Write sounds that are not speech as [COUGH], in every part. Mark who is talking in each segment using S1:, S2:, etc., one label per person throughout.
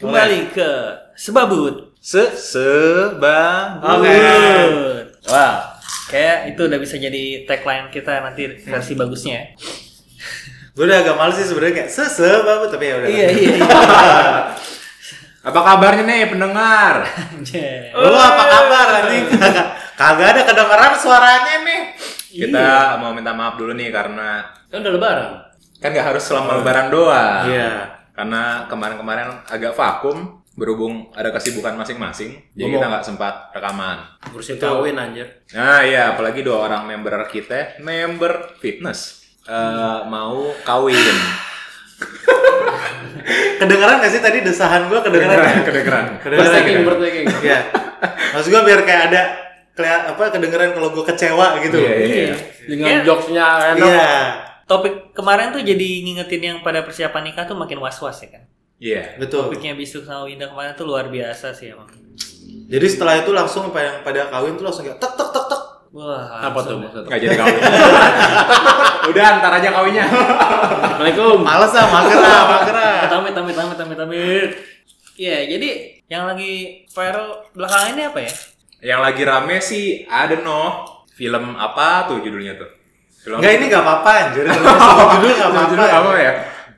S1: kembali ke sebabut.
S2: Se sebang.
S1: Oke.
S2: Oke.
S1: Wah, kayak itu udah bisa jadi tagline kita nanti versi bagusnya. ya.
S2: Gue udah agak males sih sebenarnya kayak se sebang tapi ya udah.
S1: Iya [LAUGHS] iya.
S3: Apa kabarnya nih pendengar?
S1: iya.
S2: Lu apa kabar anjing? Kagak- Kagak ada kedengeran suaranya nih.
S3: Kita mau minta maaf dulu nih karena
S1: Kan udah lebaran.
S3: kan nggak harus selama lebaran doang.
S2: Iya.
S3: Karena kemarin-kemarin agak vakum berhubung ada kesibukan masing-masing, jadi kita nggak sempat rekaman.
S4: Ngurusin kawin anjir.
S3: Nah iya, apalagi dua orang member kita, member fitness, eh, mau kawin.
S2: Kedengeran gak sih tadi desahan gue
S3: Kedengeran,
S2: kedengeran? nggak?
S3: kedengeran.
S2: Kedengeran.
S4: Bertaking,
S2: kedengeran.
S4: bertaking.
S2: Iya. Maksud gue biar kayak ada kelihatan apa kedengeran kalau gue kecewa gitu.
S3: Iya, iya.
S1: Iya.
S4: Dengan jokesnya enak.
S2: Iya.
S1: Topik kemarin tuh jadi ngingetin yang pada persiapan nikah tuh makin was-was ya kan.
S3: Iya.
S2: Betul.
S1: Topiknya Bisu sama Winda kemarin tuh luar biasa sih emang.
S2: Jadi setelah itu langsung pada pada kawin tuh langsung kayak tek tek tek tek.
S1: Wah.
S4: Apa tuh maksudnya?
S3: Nggak jadi kawin. [LAUGHS] Udah antar aja kawinnya.
S2: [LAUGHS]
S4: Assalamualaikum.
S2: Males ah, mager
S3: [LAUGHS]
S2: ah, mager ah.
S1: Amit amit amit amit amit. Iya, jadi yang lagi viral belakangan ini apa ya?
S3: Yang lagi rame sih, ada no film apa tuh judulnya tuh? Film
S2: Enggak ini enggak apa-apa anjir. Kalau judul enggak
S3: Film
S2: apa-apa.
S3: judul apa ya?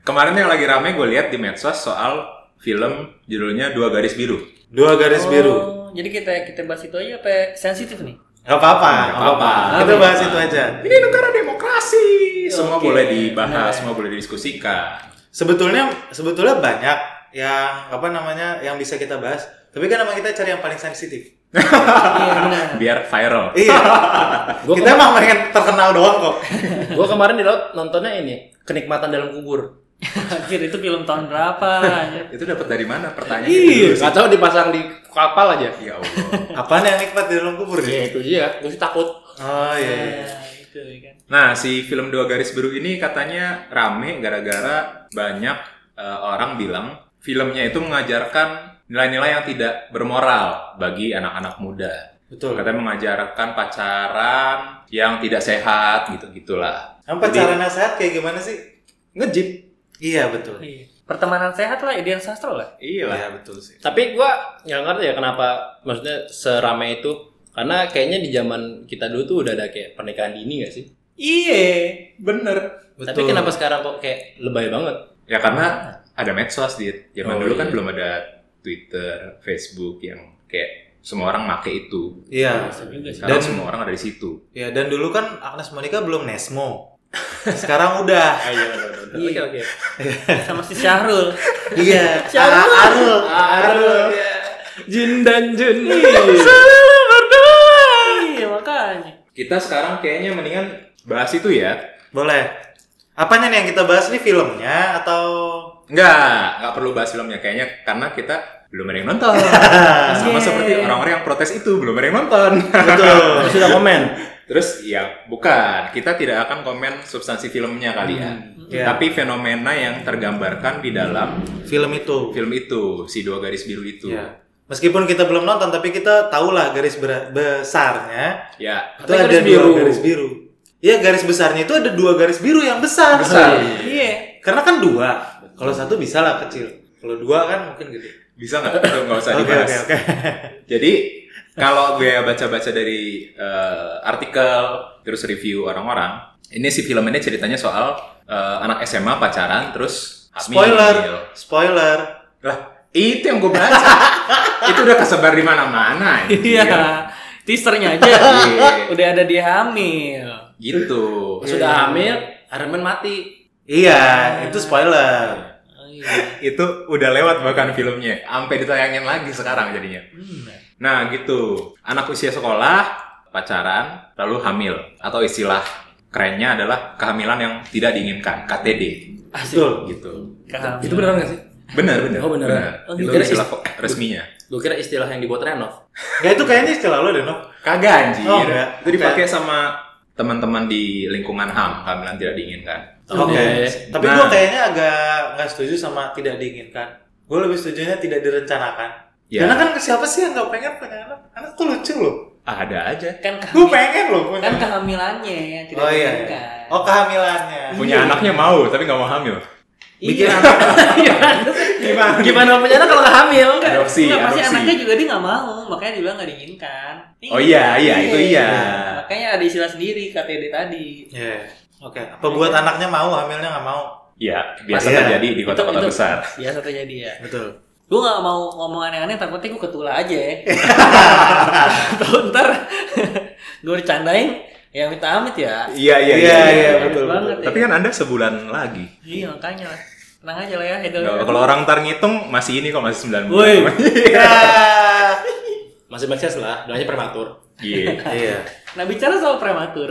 S3: Kemarin yang lagi rame gue lihat di medsos soal film judulnya Dua Garis Biru.
S2: Dua garis biru.
S1: Oh, jadi kita kita bahas itu aja apa ya? sensitif nih?
S2: Enggak apa-apa,
S3: Nggak
S2: enggak apa-apa.
S3: apa-apa.
S2: Kita bahas itu aja.
S3: Ini negara demokrasi. Semua
S1: Oke.
S3: boleh dibahas,
S1: Nah.
S3: semua boleh didiskusikan.
S2: Sebetulnya sebetulnya banyak yang apa namanya yang bisa kita bahas. Tapi kan emang kita cari yang paling sensitif.
S1: Iya benar.
S3: Biar viral.
S2: [LAUGHS] Iya.
S4: Gua
S2: kita emang pengen terkenal doang kok.
S4: Gua kemarin di laut nontonnya ini, kenikmatan dalam kubur.
S1: [LAUGHS] Anjir itu film tahun berapa? anjir?
S3: Itu dapat dari mana pertanyaan?
S4: Iya,
S3: itu dulu sih?
S4: nggak tahu dipasang di kapal aja.
S3: Ya Allah.
S2: Apaan yang nikmat di dalam kubur ya?
S4: Ya itu dia, gue sih takut.
S2: Oh iya. iya.
S1: Nah, itu ya kan.
S3: Nah, si film Dua Garis Biru ini katanya rame gara-gara banyak eh, orang bilang filmnya itu mengajarkan nilai-nilai yang tidak bermoral bagi anak-anak muda.
S2: Betul.
S3: Katanya mengajarkan pacaran yang tidak sehat gitu-gitulah.
S2: Emang pacaran yang sehat kayak gimana sih?
S3: ngejip.
S2: Iya betul.
S1: Iya. Pertemanan sehat lah, Idian Sastro lah.
S3: Iya lah.
S2: Iya betul sih.
S4: Tapi gua nggak ngerti ya kenapa maksudnya serame itu. Karena kayaknya di zaman kita dulu tuh udah ada kayak pernikahan dini gak sih?
S1: Iya.
S3: Bener.
S4: Tapi kenapa sekarang kok kayak lebay banget?
S3: Ya karena ada medsos di zaman
S4: Oh,
S3: dulu kan
S4: iya.
S3: belum ada Twitter, Facebook yang kayak semua orang make itu.
S2: Iya.
S1: Juga sih.
S3: Sekarang
S2: Dan-
S3: semua orang ada di situ.
S2: Ya dan dulu kan Agnes Monica belum Nesmo. [LAUGHS] Sekarang udah.
S4: Oke oke.
S1: [LAUGHS] Sama si Syahrul.
S2: Iya.
S1: Siapa?
S2: Arul. Arul. Arul. Iya.
S4: Jin dan Jun.
S1: Iya makanya.
S3: Kita sekarang kayaknya mendingan bahas itu ya.
S2: Boleh. Apanya nih yang kita bahas nih filmnya atau
S3: Enggak, enggak perlu bahas filmnya kayaknya karena kita belum ada yang
S2: [LAUGHS]
S3: nonton. Sama
S2: Iya.
S1: Yeay.
S3: seperti orang-orang yang protes itu belum ada yang nonton.
S2: [LAUGHS]
S3: [LAUGHS]
S2: betul.
S4: Sudah komen.
S3: Terus ya bukan, kita tidak akan komen substansi filmnya kali ya.
S2: Iya.
S3: Tapi fenomena yang tergambarkan di dalam
S2: film itu.
S3: film itu, si dua garis biru itu.
S2: Iya. Meskipun kita belum nonton tapi kita tahulah garis ber- besarnya
S3: Ya,
S2: itu
S4: Atau
S2: ada
S4: garis biru.
S2: dua garis biru. Iya garis besarnya itu ada dua garis biru yang besar.
S3: Besar.
S1: Iya.
S2: Karena kan dua. Kalau satu bisa lah kecil. Kalau dua kan mungkin gede.
S3: bisa nggak? Itu nggak usah
S2: [LAUGHS] Oke
S3: dibahas.
S2: oke oke.
S3: Jadi kalau gue baca-baca dari eh, artikel terus review orang-orang, ini si film ini ceritanya soal eh, anak SMA pacaran terus hamil.
S2: Spoiler. Spoiler.
S3: Lah, itu yang gue baca. itu udah kesebar di mana-mana. anjir.
S1: Iya. Teasernya aja.
S3: Iya.
S1: Udah ada dia hamil.
S3: Gitu.
S4: Sudah hamil, Arman Iya. mati.
S2: Iya, itu spoiler.
S1: Oh, iya.
S3: Itu udah lewat bahkan filmnya. Sampai ditayangin lagi sekarang jadinya.
S1: Hmm.
S3: Nah, gitu. Anak usia sekolah pacaran lalu hamil atau istilah kerennya adalah kehamilan yang tidak diinginkan, KTD
S2: Betul.
S3: gitu.
S1: Kehamil.
S4: Itu beneran gak sih?
S3: Benar, benar.
S4: Oh, beneran. Oh,
S3: Itu
S4: gitu.
S3: istilah resminya.
S4: Gue kira istilah yang dibuat Renov.
S2: Nggak itu kayaknya istilah lo deh, Nov.
S3: Kagak anjir.
S2: Oh, enggak.
S3: Itu dipakai sama teman-teman di lingkungan HAM, kehamilan tidak diinginkan.
S2: Oke.
S4: Oke.
S2: Tapi
S3: Nah.
S2: gue kayaknya agak nggak setuju sama tidak diinginkan. Gue lebih setujunya tidak direncanakan.
S3: Ya.
S2: Karena kan siapa sih yang nggak pengen punya anak? Anak tuh lucu loh.
S3: Ada aja.
S1: kan
S2: Gue
S1: kehamil-
S2: pengen loh punya.
S1: kan kehamilannya yang tidak
S2: oh iya.
S1: diinginkan.
S2: Oh kehamilannya.
S1: [LAUGHS]
S3: Punya anaknya mau, tapi nggak mau hamil.
S1: Iya.
S2: Bikin anak. Gimana?
S4: Gimana punya anak kalau nggak hamil?
S3: Adopsi,
S1: Nggak, pasti anaknya
S3: adopsi.
S1: juga dia nggak mau, makanya dia bilang nggak diinginkan. Nih,
S3: Oh iya, iya, itu iya.
S1: Makanya ada istilah sendiri KTD tadi.
S2: Iya. Oke. Apa buat anaknya mau, hamilnya nggak mau?
S3: Iya, biasa
S2: Iya.
S3: terjadi di kota-kota
S1: Itu- itu
S3: besar.
S1: Biasa terjadi ya.
S2: Betul.
S1: Gue nggak mau ngomong aneh-aneh, takutnya gue ketula aja
S3: [LAUGHS]
S1: ya. Tahu ntar gue bercandain, ya minta amit ya.
S3: Iya, iya,
S2: Iya, iya, betul.
S1: Banget
S2: betul.
S1: ya.
S3: Tapi kan Anda sebulan lagi.
S1: Iya makanya lah. Tenang aja lah ya. handle.
S4: Iya.
S3: Kalau kalau orang ntar ngitung masih ini kok masih 9 bulan.
S1: Woi.
S2: Iya.
S4: Masih make sense lah, bilangnya prematur.
S3: [LAUGHS] Iya.
S2: Iya.
S1: Nah bicara soal
S3: [LAUGHS]
S1: prematur.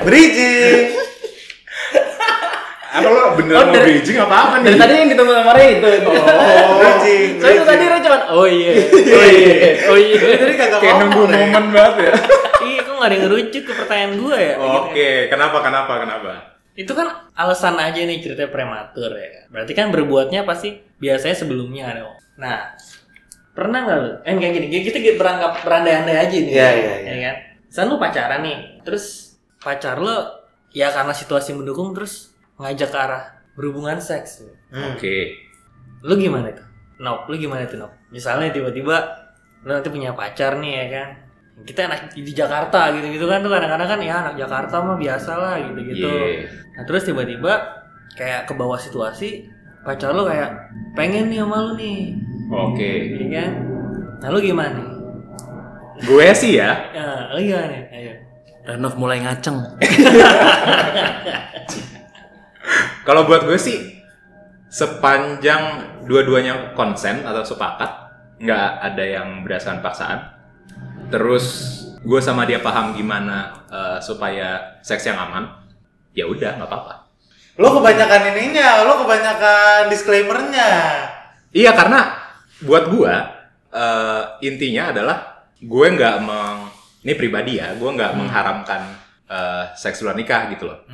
S2: Bridging.
S3: Apa lo beneran
S4: Oh,
S3: mau
S4: dari-
S3: bridging apa apa nih?
S4: Dari tadi yang ditunggu sama Ray [LAUGHS] itu.
S2: Oh. Bridging.
S4: Soalnya tadi
S2: bridging.
S4: Ray cuman, oh
S3: [LAUGHS]
S4: iya, oh iya, oh iya.
S2: Jadi kagak
S3: kayak
S2: mau.
S3: nunggu
S2: Ray.
S3: momen banget
S4: [LAUGHS]
S3: ya.
S1: Iya, kok nggak ada yang ngerucut ke pertanyaan gue ya? Gitu.
S3: Oke, kenapa kenapa kenapa?
S1: Itu kan alasan aja nih cerita prematur ya. kan? Berarti kan berbuatnya pasti biasanya sebelumnya ada. Nah, pernah nggak lu? Eh kayak gini, kita beranggap berandai-andai aja nih.
S2: Iya, iya, iya.
S1: Ya kan? Misalnya lu pacaran nih, terus pacar lu ya karena situasi mendukung terus ngajak ke arah berhubungan seks.
S2: Hmm.
S3: Oke.
S1: Lu gimana itu? Nop, lu gimana itu Nop? Misalnya tiba-tiba lu nanti punya pacar nih ya kan? Kita anak di Jakarta gitu-gitu kan tuh kadang-kadang kan ya anak Jakarta mah biasa lah
S4: Gitu.
S1: gitu-gitu.
S3: Iya.
S1: Nah terus tiba-tiba kayak ke bawah situasi pacar lu kayak pengen nih sama lu nih,
S3: Oke.
S1: ya kan? Nah lu gimana?
S3: Gue sih ya.
S1: Ya, lu gimana? Ayo.
S4: Renov mulai ngaceng.
S3: Kalau buat gue sih sepanjang dua-duanya konsen atau sepakat, nggak ada yang berdasarkan paksaan. Terus gue sama dia paham gimana eh, supaya seks yang aman. Ya udah, nggak apa-apa.
S2: Lo kebanyakan ininya, lo kebanyakan disclaimernya.
S3: Iya karena buat gua eh, intinya adalah gue nggak meng ini pribadi ya, gue nggak mengharamkan eh, seks luar nikah gitu loh.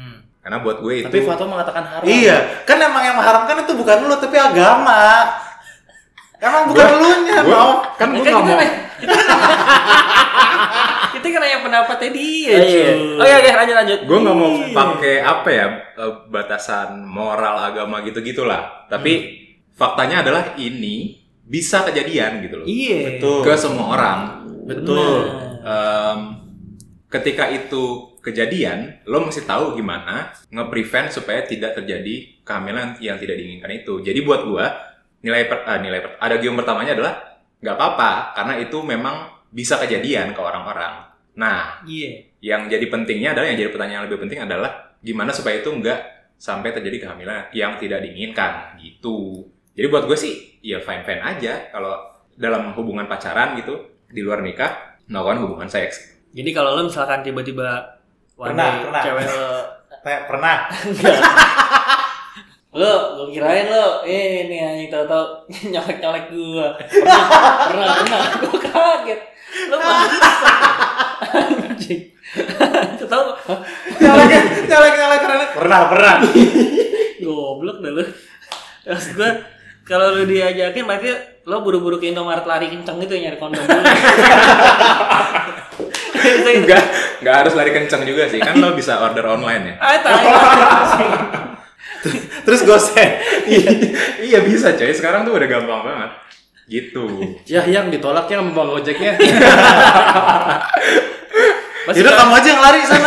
S3: Karena buat gue itu
S4: Tapi Fatwa mengatakan haram.
S2: Iya, kan emang yang mengharamkan itu bukan lo, tapi agama. Emang bukan
S3: Gua-
S2: lo nya,
S3: gua-
S2: mau.
S3: kan
S1: Kan
S3: gue nggak
S1: kita [LAUGHS]
S3: mau.
S1: nanya- kita kan nanya pendapatnya dia,
S4: Iya, iya.
S1: cuy.
S4: Oke, oke, lanjut, lanjut.
S3: Gue nggak mau
S1: Iya.
S3: pakai apa ya eh, batasan moral agama gitu gitulah. Tapi faktanya adalah ini bisa kejadian gitu loh
S1: Iya.
S2: Betul.
S3: ke semua orang.
S2: Betul.
S1: Nah.
S3: Em, ketika itu kejadian, lo mesti tahu gimana nge-prevent supaya tidak terjadi kehamilan yang tidak diinginkan itu. Jadi buat gua nilai per, ah, nilai per- ada gium pertamanya adalah nggak apa-apa karena itu memang bisa kejadian ke orang-orang. Nah,
S1: Iya.
S3: yang jadi pentingnya adalah yang jadi pertanyaan yang lebih penting adalah gimana supaya itu nggak sampai terjadi kehamilan yang tidak diinginkan gitu. Jadi buat gue sih ya fine fine aja kalau dalam hubungan pacaran gitu di luar nikah melakukan hubungan seks
S1: Jadi kalau lo misalkan tiba-tiba one
S2: Pernah,
S1: day
S2: pernah.
S1: cewek lo
S2: Kayak [LAUGHS] pernah.
S1: lo gue kirain lo eh ini anjing [LAUGHS] tau-tau nyolek nyolek gue pernah pernah pernah gue kaget lo bangsa anjing tau
S2: nyalek nyalek nyalek karena pernah
S3: [LAUGHS]
S2: pernah.
S1: goblok dah lo terus gue kalau lo diajakin berarti lo buru-buru ke Indomaret lari kenceng gitu nyari kondom [LAUGHS] dulu
S3: Enggak, enggak harus lari kenceng juga sih.
S2: [LAUGHS]
S3: Kan lo bisa order online ya.
S1: ah tai
S2: Terus gosen.
S3: [LAUGHS] iya bisa coy, sekarang tuh udah gampang banget. Gitu.
S4: Ya, yang ditolak yang bang ojeknya. [LAUGHS]
S1: Masih
S2: Yaudah kamu aja yang lari sana.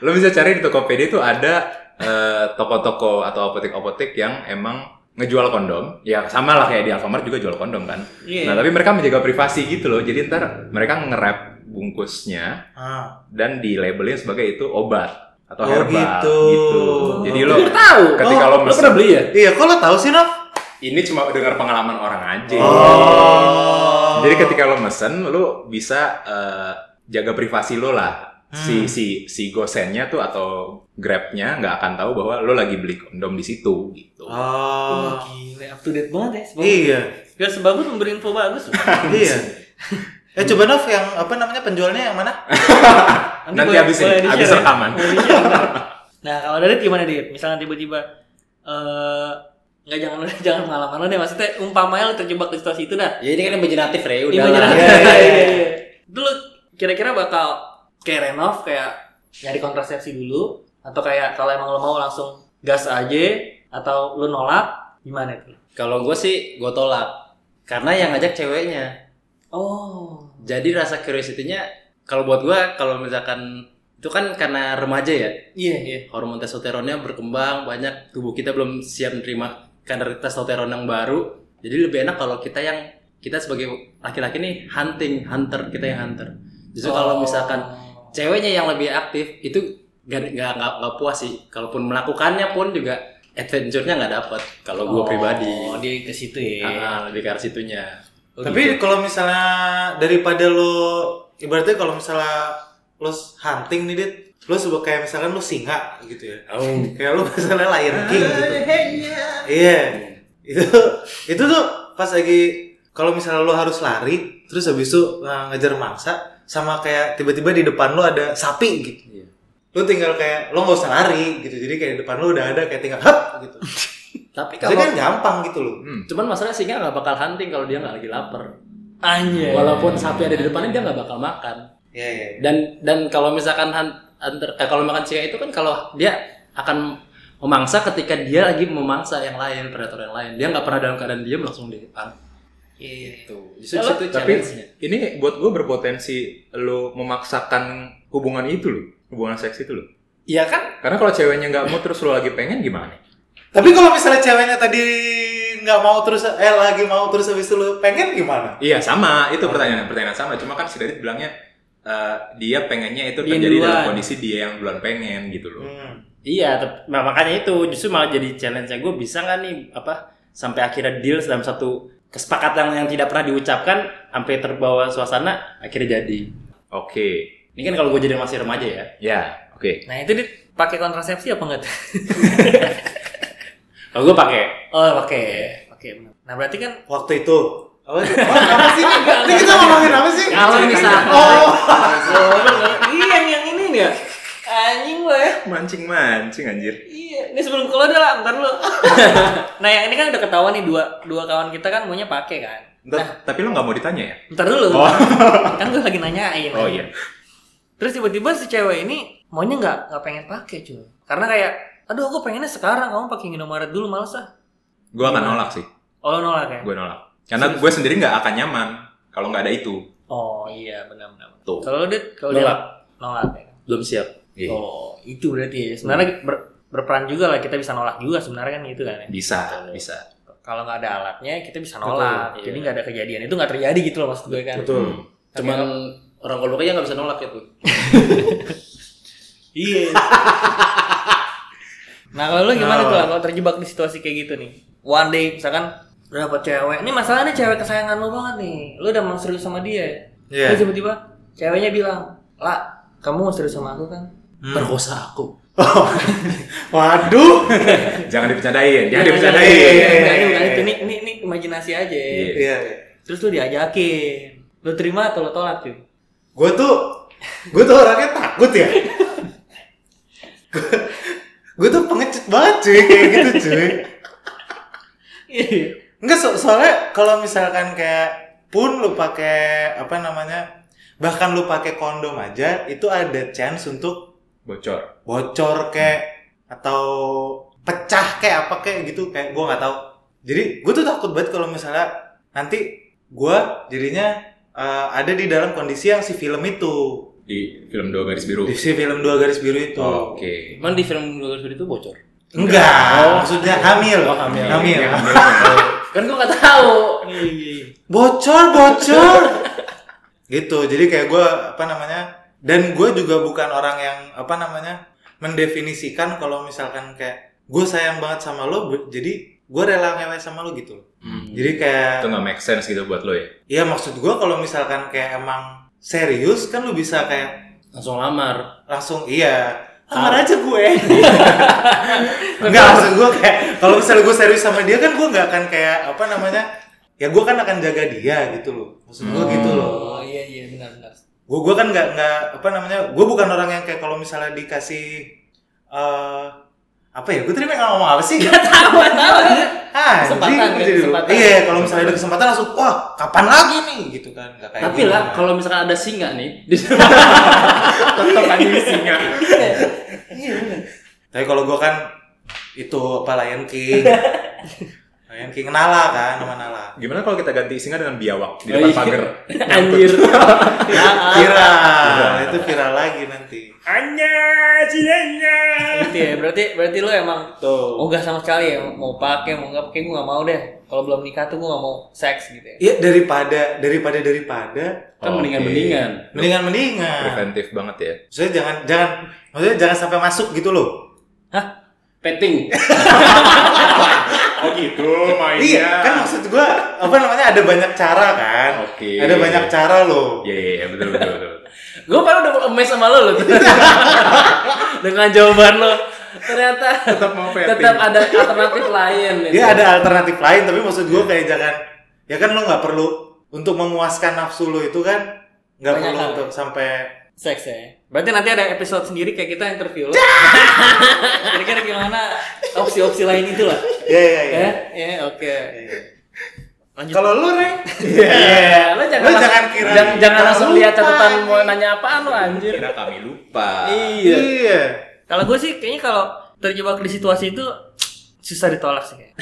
S3: Lo bisa cari di Tokopedia tuh ada eh, toko-toko atau apotek-apotek yang emang ngejual kondom. Ya sama lah kayak di Alfamart juga jual kondom kan.
S1: Iya.
S3: Nah, tapi mereka menjaga privasi gitu loh. Jadi ntar mereka nge-wrap bungkusnya
S2: Ah.
S3: dan di labelnya sebagai itu obat atau
S2: Oh,
S3: herbal
S2: gitu.
S3: Jadi lo
S4: Lu tahu?
S3: ketika lo
S2: Oh,
S4: Lo
S3: mesen,
S4: pernah beli ya?
S2: Iya, kok lo tahu sih, Nov?
S3: ini cuma dengar pengalaman orang aja.
S2: Oh.
S3: Iya. Jadi ketika lo mesen, lo bisa eh, jaga privasi lo lah. Si si si gosennya tuh atau grabnya nggak akan tahu bahwa lo lagi beli kondom di situ gitu.
S2: Oh.
S1: Wah, gila, up to date banget ya. Sebagus.
S2: Iya.
S1: Gak sebagus memberi info bagus.
S2: Iya. Eh coba Nov yang apa namanya penjualnya yang mana?
S3: Nanti
S1: boleh-
S3: habis
S1: boleh
S3: ini,
S1: di-share
S3: habis
S1: ya?
S3: rekaman.
S1: Boleh di-share, benar. nah, kalau dari gimana Dit? Misalnya tiba-tiba eh nggak jangan [LAUGHS] jangan pengalaman lo deh maksudnya umpamanya lo terjebak di situasi itu dah.
S4: Ya ini kan imajinatif, Ray. Udah
S1: Imajinatif.
S4: lah.
S2: Iya,
S4: [LAUGHS]
S2: iya, iya,
S1: [LAUGHS]
S2: iya.
S1: Dulu kira-kira bakal kayak renov kayak nyari kontrasepsi dulu atau kayak kalau emang lo mau langsung gas aja atau lu nolak gimana itu
S4: Kalau gue sih gue tolak karena yang ngajak ceweknya.
S1: oh
S4: Jadi rasa curiosity-nya kalau buat gue kalau misalkan itu kan karena remaja ya
S1: iya iya
S4: hormon testosteronnya berkembang banyak tubuh kita belum siap menerima kadar testosteron yang baru jadi lebih enak kalau kita yang kita sebagai laki-laki nih hunting hunter kita yang hunter justru
S1: Oh.
S4: kalau misalkan ceweknya yang lebih aktif itu gak, gak, gak, gak puas sih kalaupun melakukannya pun juga adventure-nya nggak dapat kalau gue pribadi
S1: oh dia ke situ
S4: Ah,
S1: ya
S4: ah, lebih ke arah situnya
S2: Tapi kalau misalnya daripada lo ibaratnya kalau misalnya lo hunting nih Dit, lo sebagai kayak misalkan lo singa gitu ya.
S4: oh
S2: Kayak lo misalnya Lion King gitu. Iya. Itu itu tuh pas lagi kalau misalnya lo harus lari terus habis itu uh, ngejar mangsa sama kayak tiba-tiba di depan lo ada sapi gitu.
S4: Iya.
S2: Lo tinggal kayak lo nggak usah lari gitu. Jadi kayak di depan lo udah ada kayak tinggal hap gitu.
S4: tapi
S2: Jadi kan
S4: kalau
S2: gampang gitu loh.
S3: Hmm.
S4: cuman masalah singa nggak bakal hunting kalau dia nggak lagi lapar
S1: anjay
S4: walaupun sapi ada di depannya dia nggak bakal makan
S2: Iya iya.
S4: dan dan kalau misalkan han- antar- eh, kalau makan singa itu kan kalau dia akan memangsa ketika dia lagi memangsa yang lain predator yang lain dia nggak pernah dalam keadaan diam langsung diang
S1: iya iya.
S4: gitu justru
S1: Kalau-
S4: itu
S3: tapi
S4: challenge-nya
S3: ini buat gue berpotensi lo memaksakan hubungan itu lo hubungan seks itu lo
S4: iya kan
S3: karena kalau ceweknya nggak mau terus lo lagi pengen gimana
S2: Tapi kalau misalnya ceweknya tadi nggak mau terus, eh lagi mau terus habis itu lu pengen gimana?
S3: iya sama itu pertanyaan pertanyaan sama cuma kan si Darit bilangnya eh, dia pengennya itu
S1: Dia yang
S3: terjadi dalam
S1: duluan.
S3: kondisi dia yang duluan pengen gitu
S2: Hmm.
S3: loh
S5: Iya, tep- nah, makanya itu justru malah jadi challenge-nya gue bisa nggak nih apa sampai akhirnya deal dalam satu kesepakatan yang tidak pernah diucapkan sampai terbawa suasana akhirnya jadi.
S3: oke
S5: Ini kan kalau gue jadi masih remaja ya.
S3: ya oke
S1: nah itu dit pakai kontrasepsi apa enggak
S5: Kalau gue pakai
S1: [LAUGHS] oh pakai pakai benar nah berarti kan
S2: Waktu itu apa, apa sih? Ini kita ngomongin apa sih?
S1: kalau misalkan
S2: Oh,
S1: Oh, bener. iya yang, yang ini nih ya anjing gue ya
S3: mancing mancing anjir
S1: Iya, ini sebelum keluar deh lah, ntar lu. [LAUGHS] nah yang ini kan udah ketahuan nih dua dua kawan kita kan maunya pakai kan.
S3: Ntar- tapi lo nggak mau ditanya ya
S1: Ntar dulu, [LAUGHS] kan gue lagi nanyain.
S3: oh iya
S1: Terus tiba-tiba si cewek ini maunya nggak nggak pengen pakai cuy. Karena kayak, aduh aku pengennya sekarang, kamu pakai Indomaret dulu males ah.
S3: gue akan nolak sih
S1: Oh lu nolak ya?
S3: gue nolak karena gue sendiri nggak akan nyaman kalau nggak ada itu
S1: Oh iya benar-benar.
S3: Tuh.
S1: Kalau lu Dit, kalau
S4: Nolak.
S1: dia nolak ya.
S4: belum siap
S3: Iya.
S1: Oh itu berarti ya. Sebenarnya ber- berperan juga lah kita bisa nolak juga sebenarnya kan gitu kan ya.
S3: bisa bisa
S1: Kalau nggak ada alatnya kita bisa nolak.
S4: Betul,
S1: Jadi
S4: iya.
S1: nggak ada kejadian itu nggak terjadi gitu loh maksud gue kan.
S3: Hmm.
S4: cuman orang kalau kayak nggak bisa nolak itu
S1: Iya. [LAUGHS] nah kalau lu gimana tuh lah kalau terjebak di situasi kayak gitu nih? One day misalkan lu dapet cewek, ini masalahnya cewek kesayangan lu banget nih, lu udah mau serius sama dia,
S2: Iya.
S1: terus tiba-tiba ceweknya bilang, lah kamu mau serius sama aku kan?
S4: perkosa aku
S2: [LAUGHS] waduh.
S3: Hmm. jangan dipercandain jangan
S2: bercandain.
S1: Iya,
S3: dipercandain
S1: bukan itu, bukan itu. Ini, ini, ini imajinasi aja.
S3: Iya.
S2: Iya.
S1: Terus lu diajakin, lu terima atau lu tolak tuh?
S2: Gue tuh, gue tuh orangnya takut [LAUGHS] ya. gue tuh pengecut banget cuy kayak gitu cuy.
S1: Iya.
S2: Enggak so- soalnya kalau misalkan kayak pun lu pakai apa namanya bahkan lu pakai kondom aja itu ada chance untuk
S3: bocor
S2: bocor kayak atau pecah kayak apa kayak gitu kayak gue nggak tahu jadi gue tuh takut banget kalau misalnya nanti gue jadinya eh, ada di dalam kondisi yang si film itu
S3: di film dua garis biru
S2: si film dua garis biru itu
S3: Oh, oke Oh.
S4: cuman di film Dua Garis Biru itu bocor
S2: enggak maksudnya hamil
S4: hamil.
S2: hamil
S3: Iya,
S4: kan gue nggak tahu
S2: bocor bocor [LAUGHS] gitu jadi kayak gue apa namanya dan gue juga bukan orang yang apa namanya mendefinisikan kalau misalkan kayak gue sayang banget sama lo bu- jadi gue rela ngewe sama lo gitu
S3: Hmm.
S2: jadi kayak
S3: itu nggak make sense gitu buat lo ya
S2: ya maksud gue kalau misalkan kayak emang serius kan lo bisa kayak
S4: langsung lamar
S2: langsung iya lamar aja gue [LAUGHS] Enggak maksud gue kayak kalau misalnya gue serius sama dia kan gue nggak akan kayak apa namanya ya gue kan akan jaga dia gitu loh maksud gue gitu loh
S1: Oh iya iya benar-benar.
S2: gue gue kan nggak nggak apa namanya gue bukan orang yang kayak kalau misalnya dikasih eh apa ya gue tadi pengen ngomong apa sih gak tahu
S1: nggak tahu.
S2: ah
S1: Kesempatan,
S2: jadi-
S1: kan?
S2: jadi-
S1: Kesempatan.
S2: iya kalau misalnya ada kesempatan langsung wah kapan lagi nih gitu kan nggak kayak
S4: tapi
S2: gitu.
S4: lah kalau misalkan ada singa nih [LAUGHS] di
S3: tetap aja singa
S2: tapi kalau gue kan itu apa Lion King Lion King Nala kan nama Nala
S3: Gimana kalau kita ganti singa dengan biawak
S4: Oh,
S3: di depan
S5: iya.
S3: pagar?
S4: [LAUGHS]
S5: Anjir.
S1: Ya, ah.
S2: viral itu viral lagi nanti
S5: Anya, sinanya.
S1: Gitu ya, berarti berarti lu emang
S2: tuh
S1: oh nggak sama sekali ya mau pakai mau nggak pakai gue nggak mau deh. Kalau belum nikah tuh gue nggak mau seks gitu ya.
S2: iya daripada daripada daripada
S3: Oke.
S4: Kan mendingan-mendingan.
S2: mendingan mendingan
S3: Preventif banget ya.
S2: maksudnya jangan jangan maksudnya jangan sampai masuk gitu loh
S4: Petting.
S3: Oh gitu
S2: iya kan maksud gua apa namanya ada banyak cara kan
S3: Oke.
S2: ada banyak cara loh
S3: Iya iya iya, betul betul betul.
S4: Gue paling udah amazed sama lo loh. [LAUGHS] Dengan jawaban lo. Ternyata
S3: Tetap mau petting.
S4: tetap ada alternatif lain. gitu.
S2: Dia ada alternatif lain tapi maksud gue kayak jangan ya kan lo nggak perlu untuk memuaskan nafsu lo itu kan nggak
S1: Banyak
S2: perlu
S1: hal.
S2: untuk sampai
S1: Seks ya. Berarti nanti ada episode sendiri kayak kita interview
S3: [LAUGHS]
S1: lu. Kira-kira gimana opsi-opsi lain itu lah.
S2: ya ya ya.
S1: Ya, ya oke. Lanjut.
S2: Kalau lo Reng, Iya.
S4: Lo jangan,
S2: Lo
S4: langsung-
S2: jangan kira
S4: jangan, jangan
S2: kita
S4: langsung
S2: lupa.
S4: lihat catatan mau nanya apaan lo anjir.
S3: Kira kami lupa.
S4: Iya.
S2: Iya.
S1: Eh. Kalau gue sih kayaknya kalau terjebak di situasi itu susah ditolak sih kayak.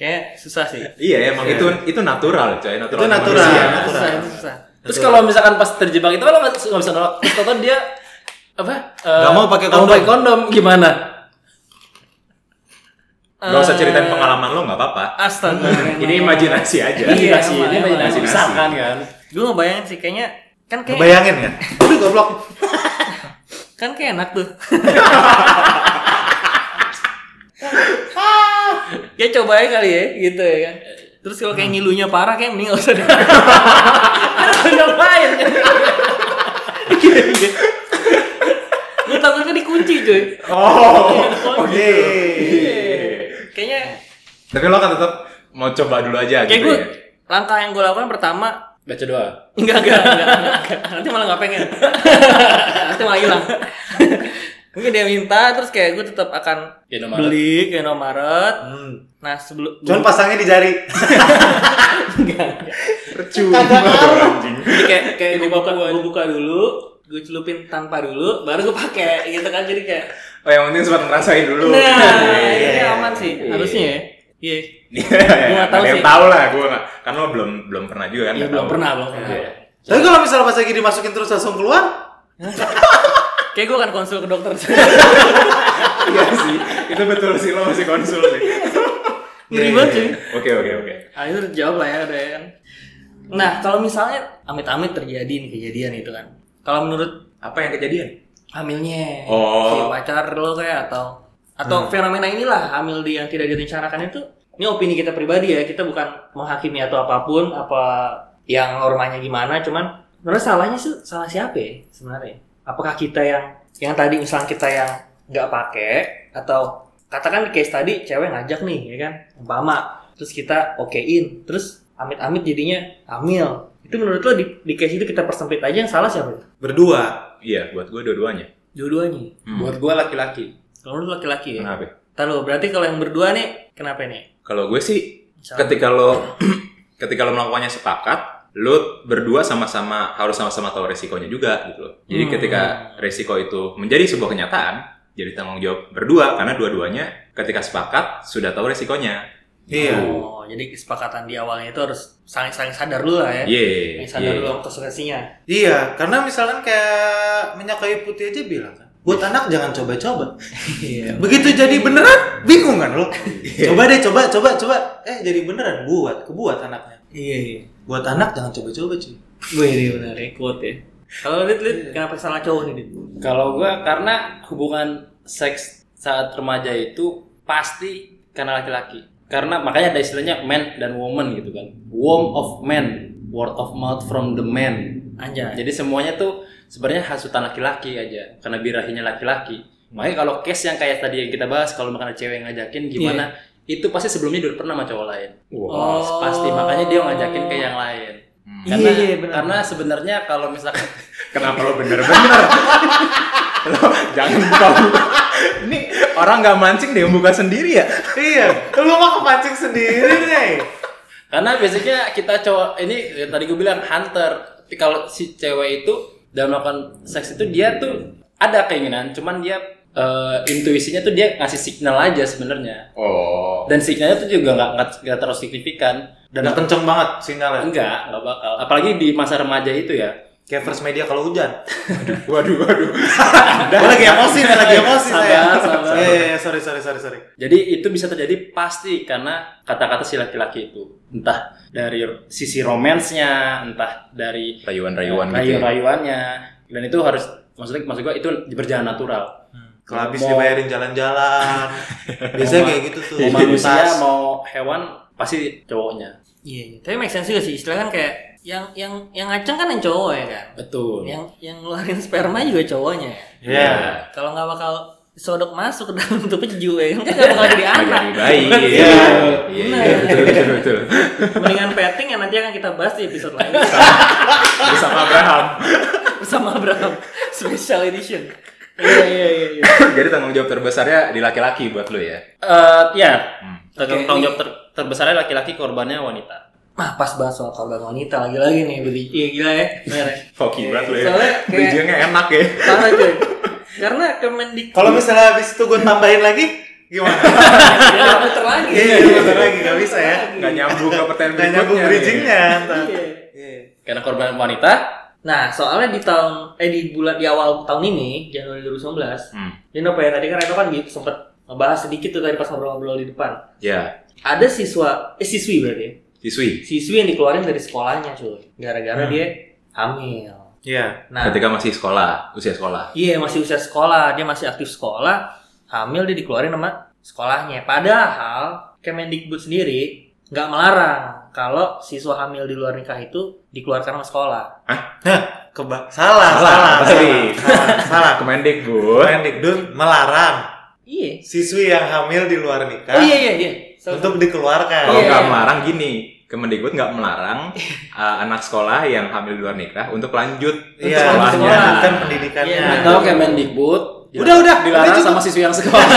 S1: kayak susah sih.
S3: Iya emang itu itu natural coy, natural.
S2: Itu natural,
S3: manusia.
S2: natural.
S1: Susah, itu susah.
S4: Terus kalau misalkan pas terjebak itu lo nggak nggak bisa nolak. Terus tonton dia apa? eh,
S2: Nggak mau pakai
S4: nggak
S2: kondom.
S4: kondom gimana?
S3: Gak usah ceritain pengalaman lo nggak apa-apa.
S1: Eh, Astaga.
S3: Ini imajinasi
S1: Iya,
S3: aja. [LAUGHS]
S4: Imajinasi,
S1: emang,
S4: ini
S1: emang.
S4: imajinasi misalkan kan.
S1: Gue ngebayangin sih kayaknya kan kayak
S2: Bayangin ya. Aduh goblok.
S1: kan kayak enak tuh. ya coba aja kali ya gitu ya kan. Terus kalau kayak ngilunya parah kayak mending gak usah deh.
S4: Ngapain?
S1: Gue takutnya dikunci cuy. Iya,
S2: Oh. Oke. Iya.
S1: Kayaknya
S3: Tapi lo kan tetap mau coba dulu aja
S1: kayak
S3: gitu
S1: gue
S3: ya.
S1: langkah yang gue lakukan pertama
S4: Baca doa.
S1: Enggak, enggak, enggak, enggak. Nanti malah nggak pengen. Nanti malah hilang. Mungkin dia minta, terus kayak gue tetap akan
S4: Ya nomor.
S1: beli ke Indomaret.
S2: Hmm.
S1: Nah sebelum [LAUGHS]
S2: Cuman pasangnya di jari.
S3: Percuma anjing.
S1: jadi kayak kayak gue buka,
S4: Papua.
S1: gue buka dulu, gue celupin tanpa dulu, baru gue pakai gitu kan jadi kayak.
S3: Oh yang penting sempat ngerasain dulu.
S1: Nah,
S3: Oh, Iya.
S1: ini aman sih harusnya ya. Iya.
S3: Gua
S1: nggak tahu
S3: Yang
S1: sih.
S3: tahu lah, gua nggak. Kan lo belum belum pernah juga kan?
S1: Iya,
S3: nggak
S1: belum
S3: tahu.
S1: pernah, belum pernah.
S3: Iya.
S2: Tapi kalau misalnya pas lagi dimasukin terus langsung keluar,
S1: Kayak gue kan konsul ke dokter.
S3: Iya sih, itu betul sih lo masih konsul sih.
S1: Iya.
S3: [LAUGHS]
S1: Ngeri banget sih.
S3: Oke oke oke.
S1: Akhirnya terjawab lah ya ada yang. Nah kalau misalnya amit-amit terjadi nih kejadian itu kan. Kalau menurut
S3: Apa yang kejadian?
S1: hamilnya si
S3: Oh. Hmm.
S1: pacar lo kayak atau atau fenomena inilah hamil di yang tidak direncanakan itu ini opini kita pribadi ya kita bukan menghakimi atau apapun apa yang normanya gimana cuman menurut salahnya sih salah siapa ya sebenarnya apakah kita yang yang tadi misalnya kita yang nggak pakai atau katakan di case tadi cewek ngajak nih ya kan umpama terus kita okein terus amit-amit jadinya hamil itu menurut lo di, di case itu kita persempit aja yang salah siapa ya?
S2: berdua.
S3: Iya, buat gue dua-duanya.
S1: dua-duanya
S3: Hmm.
S4: Buat gua laki-laki.
S1: Kalau lu laki-laki ya?
S3: Kenapa?
S1: Ntar lu, berarti kalau yang berdua nih, kenapa nih?
S3: Kalau gue sih,
S1: Misalnya-
S3: ketika lo [CLEARS THROAT] ketika lo melakukannya sepakat, lo berdua sama-sama harus sama-sama tahu resikonya juga gitu loh. Jadi
S1: Hmm.
S3: ketika resiko itu menjadi sebuah kenyataan, jadi tanggung jawab berdua karena dua-duanya ketika sepakat sudah tahu resikonya.
S2: Iya.
S1: Oh, jadi kesepakatan di awalnya itu harus saling-saling sadar dulu lah ya.
S3: Ye.
S1: Saling sadar
S3: ye.
S1: dulu sama konsekuensinya.
S2: Iya, karena misalkan kayak minyak kayu putih aja bilang kan. Buat anak jangan coba-coba.
S1: Iya.
S2: Begitu jadi beneran, bingung kan lo? Coba deh, coba, coba, coba. Eh jadi beneran, buat, kebuat anaknya.
S1: Iya, iya.
S2: Buat anak jangan coba-coba cuy.
S1: Gue ini benar ya, quote ya. Iya. Kalau Dit, Dit, kenapa salah cowok nih, Dit?
S4: Kalau gua karena hubungan seks saat remaja itu pasti karena laki-laki. Karena makanya ada istilahnya man dan woman gitu kan. Womb of man, word of mouth from the man.
S1: Anjay.
S4: Jadi semuanya tuh sebenarnya hasutan laki-laki aja karena birahinya laki-laki. Makanya kalau case yang kayak tadi yang kita bahas kalau makanya cewek
S1: Iya.
S4: ngajakin gimana itu pasti sebelumnya udah pernah sama cowok lain.
S3: Wow.
S4: Oh. Pasti makanya dia ngajakin ke yang lain.
S3: Hmm. [LAUGHS]
S4: Karena
S1: Oh. Iya, iya, benar.
S4: karena sebenarnya kalau misalkan [LAUGHS]
S3: Kenapa lo bener-bener? lo jangan buka. [LAUGHS] Ini orang nggak mancing deh yang buka sendiri ya.
S2: Iya, lu mah kepancing sendiri deh.
S4: Karena basicnya kita cowok ini yang tadi gue bilang hunter. Tapi kalau si cewek itu dalam melakukan seks itu dia tuh ada keinginan, cuman dia eh, intuisinya tuh dia ngasih signal aja sebenarnya
S3: Oh.
S4: dan signalnya tuh juga nggak nggak- nggak terlalu signifikan
S2: Dan nggak kenceng banget sinyalnya.
S4: enggak nggak bakal apalagi di masa remaja itu ya
S2: Kayak first media kalau hujan.
S3: Waduh, waduh.
S2: Gue lagi emosi, nih, lagi emosi saya.
S4: Sabar, sabar.
S2: Eh, eh, eh, sorry, sorry, sorry, sorry.
S4: Jadi itu bisa terjadi pasti karena kata-kata si laki-laki itu entah dari sisi romansnya, entah dari
S3: Rayuan-rayuan gitu. ya.
S4: rayu-rayuannya dan itu harus maksudnya maksud gua itu berjalan natural.
S2: Kalau habis
S4: Mau-
S2: dibayarin jalan-jalan. Biasanya
S4: Mau-
S2: kayak gitu tuh. [LAUGHS] tas.
S4: Mau Iya, manusia mau hewan pasti cowoknya.
S1: Iya, iya. tapi make sense juga sih. Istilahnya kan kayak yang yang yang ngaceng kan yang cowok ya kan.
S4: Betul.
S1: Yang yang ngeluarin sperma juga cowoknya. ya.
S2: Iya.
S1: Kalau nggak bakal sodok masuk ke dalam tubuh juga ya, kan nggak bakal jadi
S3: Oh,
S1: anak.
S3: jadi bayi.
S2: Iya.
S3: Iya, iya, betul, betul, betul.
S1: Mendingan petting yang nanti akan kita bahas di episode
S2: [LAUGHS]
S1: lain
S3: Bersama Abraham.
S1: bersama Abraham Special Edition.
S4: Iya iya iya. iya.
S3: [LAUGHS] Jadi tanggung jawab terbesarnya di laki-laki buat lo ya.
S4: Eh, ya.
S3: Hmm.
S1: Oke,
S4: Tanggung tanggung
S1: ini-
S4: jawab ter- terbesarnya laki-laki korbannya wanita.
S1: Nah, pas banget soal korban wanita lagi-lagi nih, beli iya gila ya. Bener ya.
S3: Hoki buat lo ya. [LAUGHS]
S1: Soalnya kayak-
S3: Bridgingnya enak ya.
S1: Parah cuy. Karena Kemendik
S2: Kalau misalnya habis itu gue tambahin lagi,
S3: [LAUGHS]
S2: gimana?
S1: Iya, puter lagi.
S2: Iya, iya, bentar lagi nggak bisa ya.
S3: Nggak nyambung ke pertanyaan
S2: Nggak nyambung
S3: berikutnya. ya?
S2: bridgingnya. ntar.
S1: Iya.
S2: Iya.
S4: Karena korban wanita
S1: Nah, soalnya di tahun eh di bulan di awal tahun ini, Januari 2019,
S3: Hmm.
S1: Dino ya tadi kan Reto kan gitu sempet ngebahas sedikit tuh tadi pas ngobrol-ngobrol di depan.
S3: Ya,
S1: Ada siswa eh siswi berarti ya.
S3: siswi.
S1: Siswi yang dikeluarin dari sekolahnya cuy, gara-gara
S2: Hmm.
S1: dia hamil.
S2: Iya.
S1: Nah,
S3: Ketika masih sekolah, usia sekolah.
S1: Iya masih usia sekolah, dia masih aktif sekolah, hamil dia dikeluarin sama sekolahnya. Padahal Kemendikbud sendiri nggak melarang kalau siswa hamil di luar nikah itu dikeluarkan sama sekolah.
S2: Keba
S3: Salah,
S2: salah, Ah, salah,
S3: pasti. [LAUGHS]
S2: salah, salah, Iya, salah.
S3: Kemendikbud.
S2: Kemendikbud melarang
S1: Iya.
S2: siswi yang hamil di luar nikah
S1: Oh, iya iya iya. So-
S2: untuk dikeluarkan.
S3: Kalau
S1: Iya.
S3: nggak melarang gini, Kemendikbud nggak melarang uh, anak sekolah yang hamil di luar nikah untuk lanjut
S2: Iya,
S1: sekolahnya.
S2: melanjutkan pendidikannya.
S1: Iya.
S4: atau Kemendikbud
S2: Udah, udah, udah
S4: dilarang
S2: cukup.
S4: sama siswi yang sekolah.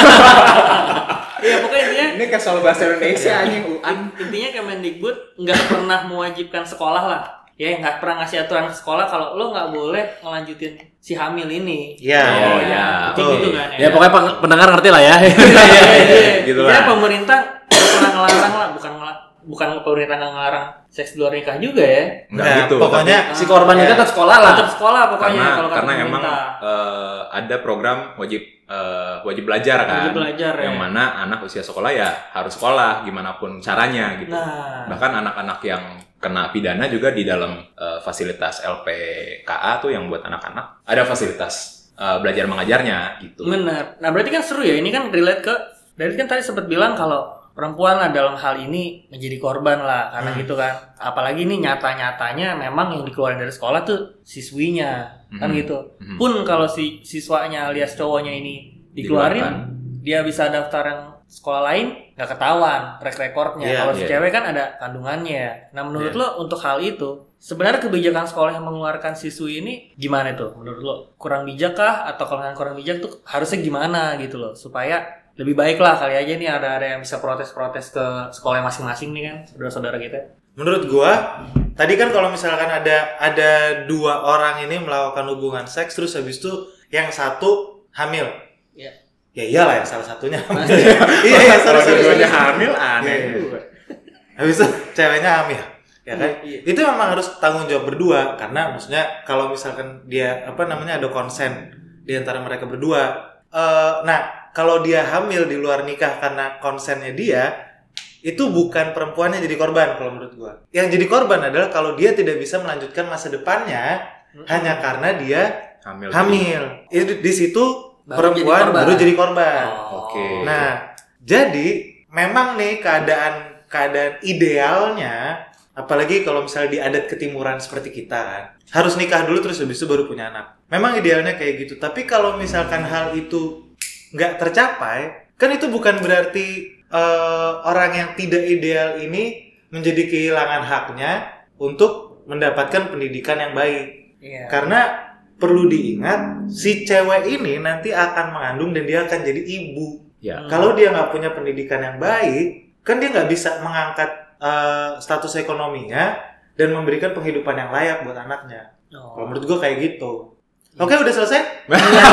S1: Iya pokoknya intinya
S3: Ini kesel bahasa Indonesia
S1: Iya.
S3: anjing
S1: Gitu
S3: UAN.
S1: Kan intinya Kemendikbud nggak pernah mewajibkan sekolah lah. Ya nggak pernah ngasih aturan ke sekolah kalau lo nggak boleh ngelanjutin si hamil ini.
S2: Iya.
S3: Oh, ya.
S1: Penting
S2: Betul.
S1: gitu kan ya.
S4: ya pokoknya peng- pendengar ngerti lah ya.
S1: Iya, iya, iya.
S3: Gitu
S1: Intinya
S3: lah.
S1: pemerintah nggak pernah ngelarang lah, bukan ngela- bukan pemerintah nggak ngelarang seks di luar nikah juga ya.
S3: Nggak
S2: Nah,
S3: gitu.
S2: pokoknya
S3: tapi
S4: [LAUGHS] si korban
S2: Iya.
S4: itu
S1: kan
S4: tetap sekolah lah.
S1: Tetap sekolah pokoknya
S3: karena
S1: kalau kata
S3: karena emang
S1: pemerintah.
S3: uh, ada program wajib uh, wajib belajar kan.
S1: Wajib belajar ya.
S3: Yang mana anak usia sekolah ya harus sekolah gimana pun caranya gitu.
S1: Nah,
S3: Bahkan anak-anak yang kena pidana juga di dalam uh, fasilitas LPKA tuh yang buat anak-anak ada fasilitas uh, belajar mengajarnya gitu.
S1: benar. Nah, berarti kan seru ya. Ini kan relate ke dari kan tadi sempat bilang kalau perempuan lah dalam hal ini menjadi korban lah karena gitu kan. Apalagi ini nyata-nyatanya memang yang dikeluarin dari sekolah tuh siswinya kan
S3: Mhm.
S1: gitu.
S3: Mhm.
S1: Pun kalau si siswanya alias cowoknya ini dikeluarin
S3: Dikeluarkan.
S1: dia bisa daftar yang sekolah lain nggak ketahuan track recordnya
S2: Iya,
S1: kalau si
S3: iya.
S1: cewek kan ada kandungannya nah menurut
S3: Iya.
S1: lo untuk hal itu sebenarnya kebijakan sekolah yang mengeluarkan siswi ini gimana tuh menurut lo kurang bijak kah atau kalau nggak kurang bijak tuh harusnya gimana gitu loh supaya lebih baik lah kali aja nih ada ada yang bisa protes-protes ke sekolah masing-masing nih kan saudara-saudara kita
S2: Menurut gua, tadi kan kalau misalkan ada ada dua orang ini melakukan hubungan seks terus habis itu yang satu hamil.
S1: Iya.
S2: Ya iyalah ya salah satunya. [LAUGHS] hamil. iya, iya,
S3: Kalau
S2: sorry, sorry, sorry.
S3: dua-duanya hamil aneh.
S2: Iya, iya. Habis itu ceweknya hamil. Ya
S1: Oh.
S2: kan? Itu memang harus tanggung jawab berdua karena maksudnya kalau misalkan dia apa namanya ada konsen di antara mereka berdua. Eh, nah, kalau dia hamil di luar nikah karena konsennya dia itu bukan perempuannya jadi korban kalau menurut gua. Yang jadi korban adalah kalau dia tidak bisa melanjutkan masa depannya hanya karena dia
S3: Hamil.
S2: hamil. Itu di situ
S1: Baru jadi
S2: perempuan
S1: korban. Oh.
S2: baru jadi korban.
S3: Oke.
S2: Nah, jadi memang nih keadaan keadaan idealnya, apalagi kalau misalnya di adat ketimuran seperti kita kan, harus nikah dulu terus habis itu baru punya anak. Memang idealnya kayak gitu. Tapi kalau misalkan hal itu nggak tercapai, kan itu bukan berarti eh, orang yang tidak ideal ini menjadi kehilangan haknya untuk mendapatkan pendidikan yang baik.
S1: iya
S2: Karena perlu diingat si cewek ini nanti akan mengandung dan dia akan jadi ibu.
S1: Hmm.
S3: Ya.
S2: Kalau dia nggak punya pendidikan yang baik, kan dia nggak bisa mengangkat eh, status ekonominya dan memberikan penghidupan yang layak buat anaknya.
S1: Oh.
S2: Kalau menurut gue kayak gitu. Oke, udah selesai? [LAUGHS]
S3: iya.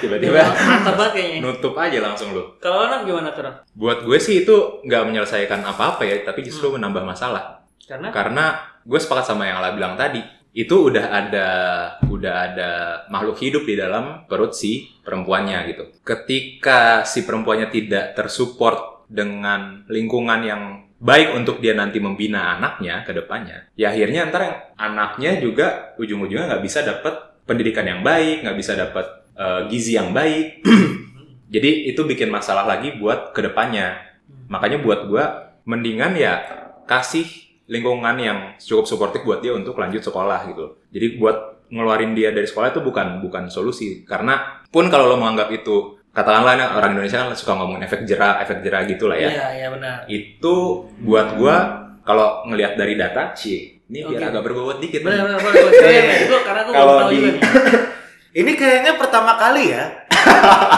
S3: Tiba-tiba
S2: Iya.
S1: Mantap banget kayaknya.
S3: nutup aja langsung lu.
S1: Kalau anak gimana tuh?
S3: Buat gue sih itu nggak menyelesaikan apa-apa ya, tapi justru
S2: Hmm.
S3: menambah masalah.
S1: Karena
S3: Karena gue sepakat sama yang Ala bilang tadi, itu udah ada udah ada makhluk hidup di dalam perut si perempuannya gitu. Ketika si perempuannya tidak tersupport dengan lingkungan yang baik untuk dia nanti membina anaknya ke depannya, ya akhirnya ntar yang anaknya juga ujung-ujungnya nggak bisa dapat pendidikan yang baik, nggak bisa dapat eh, gizi yang baik. [CLEARS THROAT] Jadi itu bikin masalah lagi buat kedepannya. Makanya buat gua mendingan ya kasih lingkungan yang cukup suportif buat dia untuk lanjut sekolah gitu. loh. Jadi buat ngeluarin dia dari sekolah itu bukan bukan solusi karena pun kalau lo menganggap itu katakanlah nah, orang Indonesia kan suka ngomongin efek jera efek jera gitulah ya.
S1: Iya, iya benar.
S3: Itu buat gua kalau ngelihat dari data sih ini biar
S1: Oke.
S3: agak berbobot dikit.
S1: Benar,
S3: nih.
S1: benar, benar. Gua ceritain deh. Gua- karena gue belum
S3: Kalau
S1: tahu
S3: di-
S1: juga nih.
S2: Ini kayaknya pertama kali ya.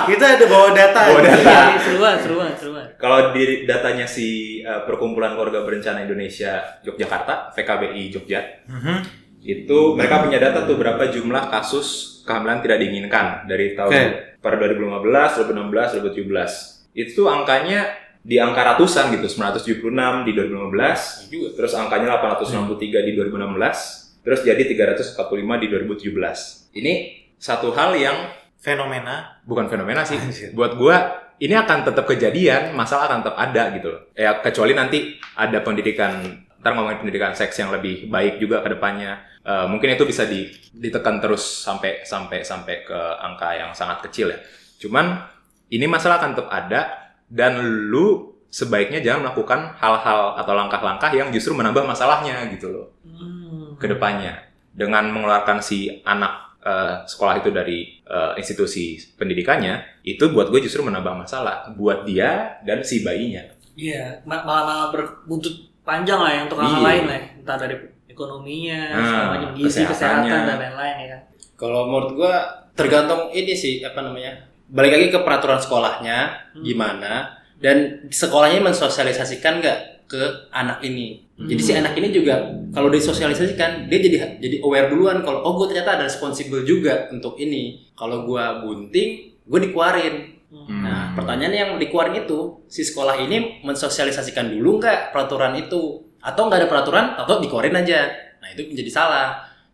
S2: Kita ada bawa data.
S3: Bawa
S2: nih.
S3: data.
S1: Iya, iya, seruan, seruan, seruan.
S3: Kalau di datanya si eh, Perkumpulan Keluarga Berencana Indonesia Yogyakarta, PKBI Jogja,
S2: Mhm.
S3: itu mereka punya data tuh berapa jumlah kasus kehamilan tidak diinginkan dari tahun
S2: Oke.
S3: pada 2015, 2016, 2017. Itu angkanya di angka ratusan gitu, 976 di 2015, terus angkanya 863 di 2016, terus jadi 345 di 2017. Ini satu hal yang
S2: Fenomena.
S3: bukan fenomena sih. Buat gua ini akan tetap kejadian, masalah akan tetap ada gitu loh. Ya kecuali nanti ada pendidikan, ntar ngomongin pendidikan seks yang lebih baik juga ke depannya. Eh, mungkin itu bisa di- ditekan terus sampai sampai sampai ke angka yang sangat kecil ya. Cuman ini masalah akan tetap ada dan lu sebaiknya jangan melakukan hal-hal atau langkah-langkah yang justru menambah masalahnya gitu loh
S1: Hmm.
S3: ke depannya dengan mengeluarkan si anak eh, sekolah itu dari eh, institusi pendidikannya itu buat gue justru menambah masalah buat dia dan si bayinya
S1: Iya, ma- malah malah berbuntut panjang lah ya untuk hal
S3: Iya.
S1: lain lah, ya. entah dari ekonominya,
S3: Nah,
S1: segala macam gizi,
S3: kesehatannya.
S1: kesehatan dan lain-lain ya kan.
S4: Kalau menurut gua tergantung ini sih apa namanya. Balik lagi ke peraturan sekolahnya
S1: Hmm.
S4: gimana dan sekolahnya mensosialisasikan nggak ke anak ini.
S1: Hmm.
S4: Jadi si anak ini juga kalau disosialisasikan dia jadi jadi aware duluan kalau oh gue ternyata ada responsible juga untuk ini. Kalau gua bunting, gue dikeluarin.
S1: Hmm.
S4: Nah, pertanyaannya yang dikeluarin itu si sekolah ini mensosialisasikan dulu nggak peraturan itu atau nggak ada peraturan atau dikeluarin aja. Nah, itu menjadi salah.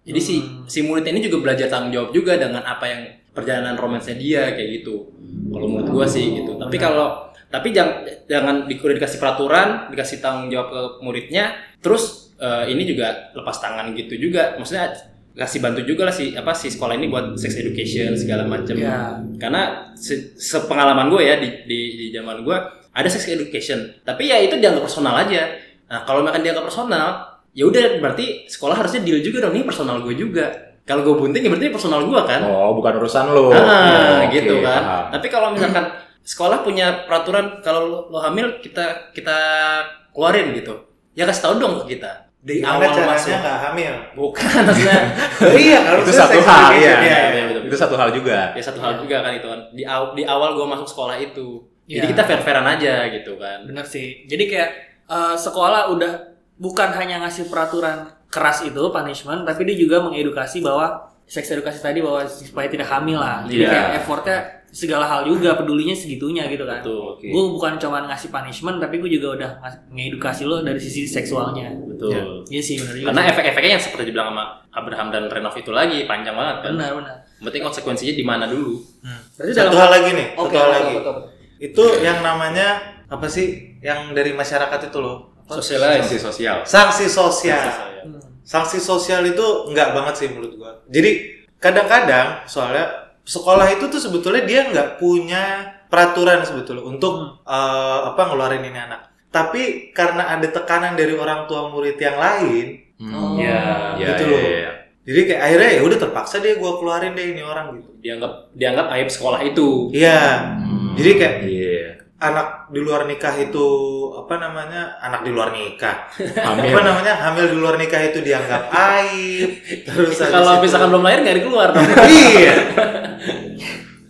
S4: Jadi si
S1: Hmm.
S4: si murid ini juga belajar tanggung jawab juga dengan apa yang perjalanan romansnya dia kayak gitu. Kalau menurut gua sih gitu. Tapi kalau tapi jangan jangan di- udah dikasih peraturan, dikasih tanggung jawab ke muridnya, terus eh, ini juga lepas tangan gitu juga. Maksudnya kasih bantu juga lah si apa si sekolah ini buat sex education segala macam
S1: Iya.
S4: karena se- sepengalaman gue ya di, di, di zaman gue ada sex education tapi ya itu dianggap personal aja nah kalau makan dianggap personal ya udah berarti sekolah harusnya deal juga dong ini personal gue juga kalau gue bunting ya berarti personal gue kan
S3: oh bukan urusan lo
S4: Ah,
S3: Oke,
S4: gitu kan.
S3: paham.
S4: Tapi kalau
S2: [CLEARS THROAT]
S4: misalkan sekolah punya peraturan kalau lo, lo hamil kita kita keluarin gitu. Ya kasih tahu dong ke kita. Dari
S2: Gimana
S4: awal
S2: caranya
S4: masuk.
S2: nggak hamil?
S4: Bukan
S2: [LAUGHS]
S4: maksudnya
S2: iya, kalau
S3: itu
S2: saya
S3: satu
S2: sex
S3: hal ya.
S2: education, iya, iya.
S4: betul.
S3: itu satu hal juga
S4: ya satu hal juga kan itu kan. Di, aw- di awal gue masuk sekolah itu. Jadi
S2: Iya.
S1: Ya.
S4: kita fair-fairan aja gitu kan.
S1: Bener sih. Jadi kayak eh, sekolah udah bukan hanya ngasih peraturan keras itu punishment, tapi dia juga mengedukasi bahwa seks edukasi tadi bahwa supaya tidak hamil lah. Jadi
S3: Iya.
S1: kayak effortnya segala hal juga, pedulinya segitunya gitu kan.
S4: Betul.
S1: Gue bukan cuma ngasih punishment, tapi gue juga udah ngas- ngedukasi lo dari sisi seksualnya.
S4: Betul.
S1: Ya. Iya sih benar juga.
S4: Karena
S1: sih.
S4: efek-efeknya yang seperti dibilang sama Abraham dan Renov itu lagi panjang banget kan.
S1: benar benar.
S4: Penting konsekuensinya di mana dulu.
S1: Berarti
S2: Satu
S1: dalam
S2: hal lagi nih,
S1: Oke,
S2: satu hal
S1: betul,
S2: lagi.
S1: betul, betul.
S2: Itu yang namanya apa sih? Yang dari masyarakat itu loh. Apa?
S4: Sosialize.
S3: sanksi sosial
S2: Sanksi sosial.
S1: Hmm.
S2: Sanksi sosial itu nggak banget sih menurut gua. Jadi kadang-kadang soalnya sekolah itu tuh sebetulnya dia nggak punya peraturan sebetulnya
S4: Hmm.
S2: untuk eh, apa ngeluarin ini anak. Tapi karena ada tekanan dari orang tua murid yang lain,
S1: Oh.
S4: Iya.
S3: Ya,
S2: Gitu
S3: ya,
S2: loh.
S3: ya, ya.
S2: jadi kayak akhirnya ya udah terpaksa deh gua keluarin deh ini orang gitu.
S4: Dianggap dianggap aib sekolah itu.
S2: Iya,
S3: Hmm.
S2: Jadi kayak
S3: Iya.
S2: anak di luar nikah itu apa namanya anak di luar nikah
S3: Hamil.
S2: apa namanya hamil di luar nikah itu dianggap aib terus
S4: [LAUGHS]
S2: habis
S4: Kalau
S2: itu-
S4: misalkan belum lahir nggak keluar dong.
S2: iya [LAUGHS]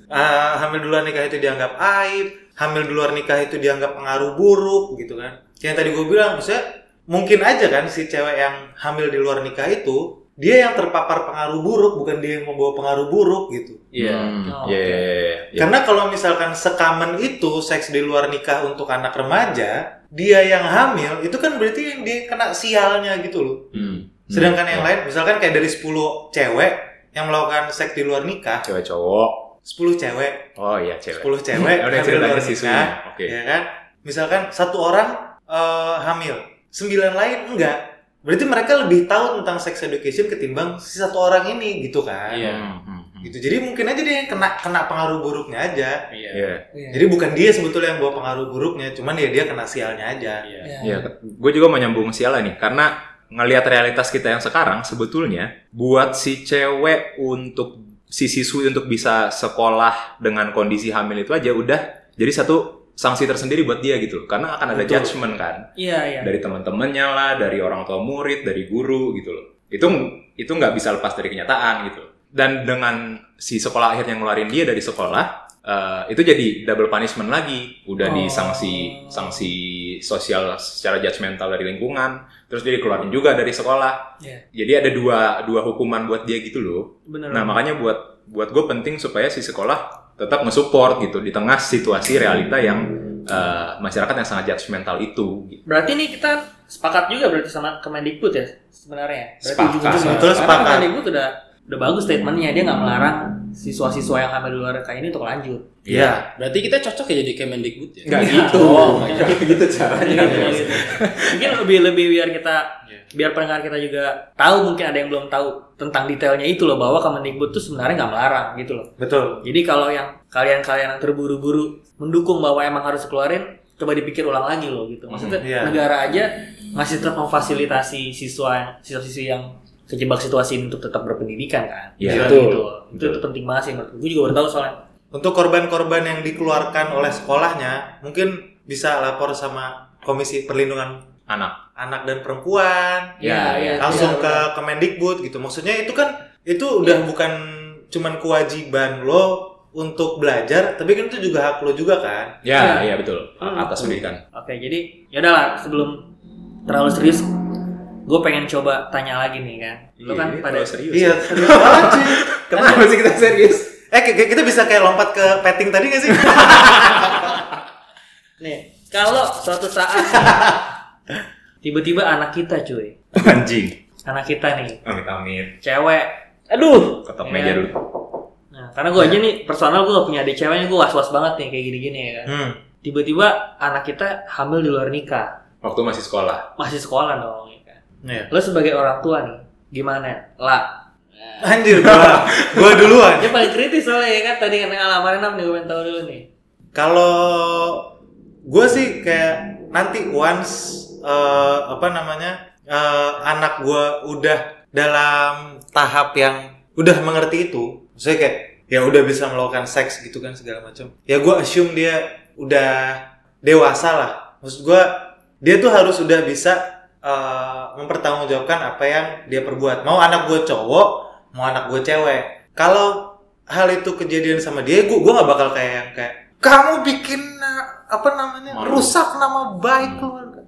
S2: Ah, hamil di luar nikah itu dianggap aib hamil di luar nikah itu dianggap pengaruh buruk gitu kan yang tadi gue bilang maksudnya mungkin aja kan si cewek yang hamil di luar nikah itu dia yang terpapar pengaruh buruk bukan dia yang membawa pengaruh buruk gitu
S4: Iya.
S3: Hmm,
S1: Oh,
S3: Iya. iya, iya, iya.
S2: karena kalau misalkan sekamen itu seks di luar nikah untuk anak remaja dia yang hamil itu kan berarti yang dia kena sialnya gitu loh
S3: Hmm, hmm.
S2: sedangkan yang
S3: Ya,
S2: lain misalkan kayak dari 10 cewek yang melakukan seks di luar nikah
S3: cewek cowok.
S2: 10 cewek
S3: Oh iya cewek.
S2: 10 cewek
S3: Eh, udah
S2: hamil di
S3: ceritanya
S2: luar nikah,
S3: sisunya. Oke.
S2: ya kan misalkan satu orang eh, hamil sembilan lain enggak berarti mereka lebih tahu tentang sex education ketimbang si satu orang ini gitu kan
S4: Iya.
S3: Hmm, hmm, hmm.
S2: gitu jadi mungkin aja dia yang kena kena pengaruh buruknya aja
S4: Iya.
S3: Iya.
S2: jadi bukan dia sebetulnya yang bawa pengaruh buruknya cuman ya dia kena sialnya aja
S4: Iya.
S3: Iya, gue juga mau nyambung sialan nih karena ngelihat realitas kita yang sekarang sebetulnya buat si cewek untuk si siswi untuk bisa sekolah dengan kondisi hamil itu aja udah jadi satu sanksi tersendiri buat dia gitu loh. karena akan ada
S2: Betul.
S3: judgement kan
S1: Iya, iya.
S3: dari teman-temannya lah dari orang tua murid dari guru gitu loh itu itu nggak bisa lepas dari kenyataan gitu dan dengan si sekolah akhirnya ngeluarin dia dari sekolah eh, itu jadi double punishment lagi udah di
S1: Oh.
S3: sanksi sanksi sosial secara judgmental dari lingkungan terus dia dikeluarin juga dari sekolah
S1: Iya.
S3: jadi ada dua dua hukuman buat dia gitu loh
S1: Bener.
S3: Nah makanya buat buat gue penting supaya si sekolah tetap nge-support gitu di tengah situasi realita yang eh, masyarakat yang sangat judgmental itu. Gitu.
S1: Berarti nih kita sepakat juga berarti sama Kemendikbud ya sebenarnya. Berarti
S3: Sepakat.
S1: ujung-ujungnya.
S2: Betul,
S1: Karena
S2: sepakat.
S1: Kemendikbud udah udah bagus statementnya dia nggak melarang siswa-siswa yang hamil di luar nikah ini untuk lanjut.
S2: Iya.
S4: Berarti kita cocok ya jadi Kemendikbud ya.
S3: Nggak
S1: Iya.
S3: gitu,
S1: Oh,
S3: nggak gitu caranya.
S1: gitu. mungkin lebih lebih biar kita
S4: Iya.
S1: biar pendengar kita juga tahu mungkin ada yang belum tahu tentang detailnya itu loh bahwa Kemendikbud tuh sebenarnya nggak melarang gitu loh.
S2: betul
S1: Jadi kalau yang kalian-kalian yang terburu-buru mendukung bahwa emang harus keluarin, coba dipikir ulang lagi loh gitu. Maksudnya
S3: Hmm,
S2: Mhm, iya.
S1: negara aja masih tetap memfasilitasi siswa siswa-siswi yang kejebak situasi ini untuk tetap berpendidikan kan.
S3: Iya.
S1: Misalnya
S4: Betul.
S1: gitu loh. Itu, itu penting banget sih menurut gue. Gue juga baru tahu soalnya.
S2: untuk korban-korban yang dikeluarkan oleh sekolahnya mungkin bisa lapor sama komisi perlindungan
S3: Anak.
S2: anak dan perempuan
S3: Iya, iya.
S1: Iya,
S2: langsung ke
S1: benar.
S2: Kemendikbud gitu. Maksudnya itu kan itu udah bukan cuman kewajiban lo untuk belajar, tapi kan itu juga hak lo juga kan.
S3: Ya, ya betul.
S1: Hmm.
S3: Atas pendidikan.
S1: Oke, jadi ya udahlah sebelum terlalu serius gue pengen coba tanya lagi nih kan. Lu kan
S3: Iya,
S1: pada
S3: kalau serius.
S2: Iya, serius banget cuy. [LAUGHS]
S3: Kenapa sih kita serius?
S2: Eh, ki- ki- kita bisa kayak lompat ke petting tadi gak sih?
S1: nih, kalau suatu
S3: [LAUGHS]
S1: saat tiba-tiba anak kita cuy,
S3: Anjing.
S1: anak kita nih
S3: Amit amit.
S1: cewek aduh
S3: Ketok
S1: Iya.
S3: meja dulu.
S1: nah, karena gue aja nih personal gue punya adik ceweknya gue was was banget nih kayak gini gini ya kan
S2: hmm.
S1: tiba-tiba anak kita hamil di luar nikah
S3: Waktu masih sekolah.
S1: masih sekolah dong ya kan
S2: Iya.
S1: lo sebagai orang tua nih gimana lah Nah,
S2: Anjir, gua, [LAUGHS] gua duluan.
S1: dia paling kritis soalnya ya kan tadi kan lamaran enam nih gue pengen tahu dulu nih
S2: Kalau gua sih kayak nanti once eh, apa namanya eh, anak gua udah dalam tahap yang udah mengerti itu, maksudnya kayak ya udah bisa melakukan seks gitu kan segala macam. Ya gua assume dia udah dewasa lah. Maksud gua dia tuh harus udah bisa eh, mempertanggungjawabkan apa yang dia perbuat. Mau anak gua cowok, mau anak gua cewek. Kalau hal itu kejadian sama dia, gua gua nggak bakal kayak yang kayak kamu bikin eh, apa namanya
S3: Malu.
S2: rusak nama baik keluarga.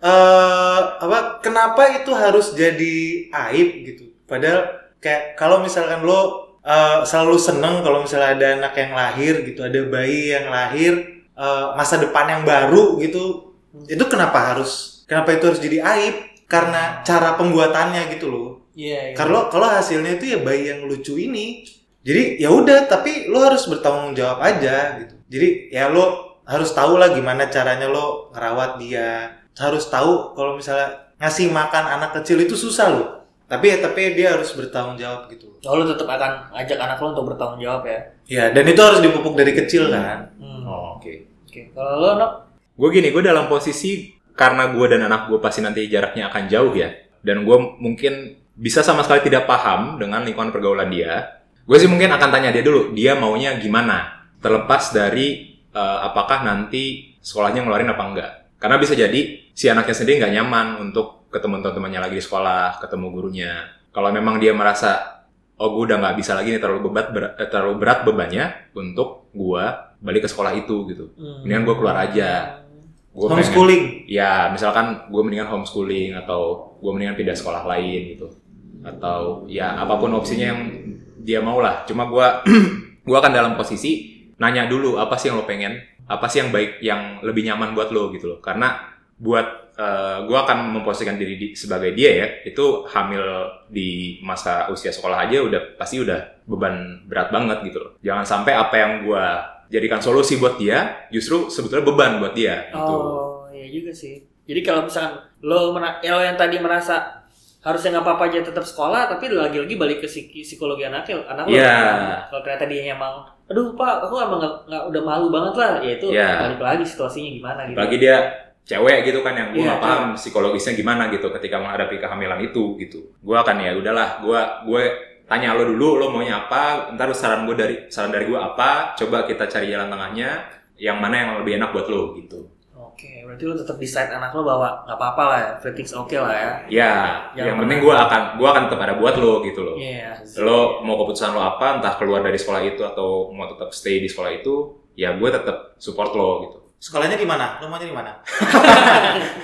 S2: Eh, apa kenapa itu harus jadi aib gitu? Padahal kayak kalau misalkan lo eh, selalu seneng kalau misalnya ada anak yang lahir gitu, ada bayi yang lahir, eh, masa depan yang baru gitu, itu kenapa harus kenapa itu harus jadi aib? Karena cara pembuatannya gitu loh.
S1: iya iya.
S2: Kalau kalau hasilnya itu ya bayi yang lucu ini. Jadi ya udah, tapi lo harus bertanggung jawab aja gitu. Jadi ya lo harus tahu lah gimana caranya lo ngerawat dia. Harus tahu kalau misalnya ngasih makan anak kecil itu susah loh. Tapi ya tapi dia harus bertanggung jawab gitu.
S1: oh, lo tetap akan ajak anak lo untuk bertanggung jawab ya
S2: Ya, dan itu harus dipupuk dari kecil kan.
S1: hmm.
S3: Oh, Oke.
S1: oke kalau lo Nok,
S3: gue gini gue dalam posisi karena gue dan anak gue pasti nanti jaraknya akan jauh ya dan gue mungkin bisa sama sekali tidak paham dengan lingkungan pergaulan dia gue sih mungkin akan tanya dia dulu dia maunya gimana terlepas dari eh, apakah nanti sekolahnya ngeluarin apa enggak karena bisa jadi si anaknya sendiri nggak nyaman untuk ketemu teman-temannya lagi di sekolah ketemu gurunya kalau memang dia merasa oh gue udah nggak bisa lagi nih terlalu bebat ber- eh, terlalu berat bebannya untuk gue balik ke sekolah itu gitu
S1: hmm.
S3: Mendingan gua keluar aja. gue
S2: Homeschooling.
S3: ya misalkan gue mendingan homeschooling atau gue mendingan pindah sekolah lain gitu atau ya apapun opsinya yang dia mau lah. Cuma gua [CLEARS THROAT] gua akan dalam posisi nanya dulu apa sih yang lo pengen, apa sih yang baik, yang lebih nyaman buat lo gitu loh. Karena buat eh, gua akan memposisikan diri di- sebagai dia ya, itu hamil di masa usia sekolah aja udah pasti udah beban berat banget gitu loh. Jangan sampai apa yang gua jadikan solusi buat dia justru sebetulnya beban buat dia gitu.
S1: Oh, iya juga sih. Jadi kalau misalkan lo, mena- ya lo yang tadi merasa harusnya nggak apa-apa aja tetap sekolah, tapi lagi-lagi balik ke psiki- psikologi anaknya, anak lo. kan.
S3: Iya.
S1: Kalau ternyata dia emang, aduh pak, aku emang nggak nggak- udah malu banget lah, ya itu
S3: Iya.
S1: balik lagi situasinya gimana gitu.
S3: Apalagi dia cewek gitu kan yang gue
S1: Iya,
S3: nggak paham psikologisnya gimana gitu ketika menghadapi kehamilan itu gitu. Gue akan ya udahlah, gue gue tanya lo dulu lo maunya apa, ntar saran gue dari saran dari gue apa, coba kita cari jalan tengahnya, yang mana yang lebih enak buat lo gitu.
S1: Oke, berarti lo tetap decide anak lo bahwa nggak apa-apa lah, ya, everything's okay lah ya.
S3: Ya,
S1: Yang
S3: yang
S1: mana-
S3: penting gue akan gue akan tetap ada buat lo gitu loh.
S1: Iya.
S3: Lo mau keputusan lo apa, entah keluar dari sekolah itu atau mau tetap stay di sekolah itu, ya gue tetap support lo gitu.
S2: Sekolahnya di mana? Lo maunya di
S3: [LAUGHS]
S2: mana?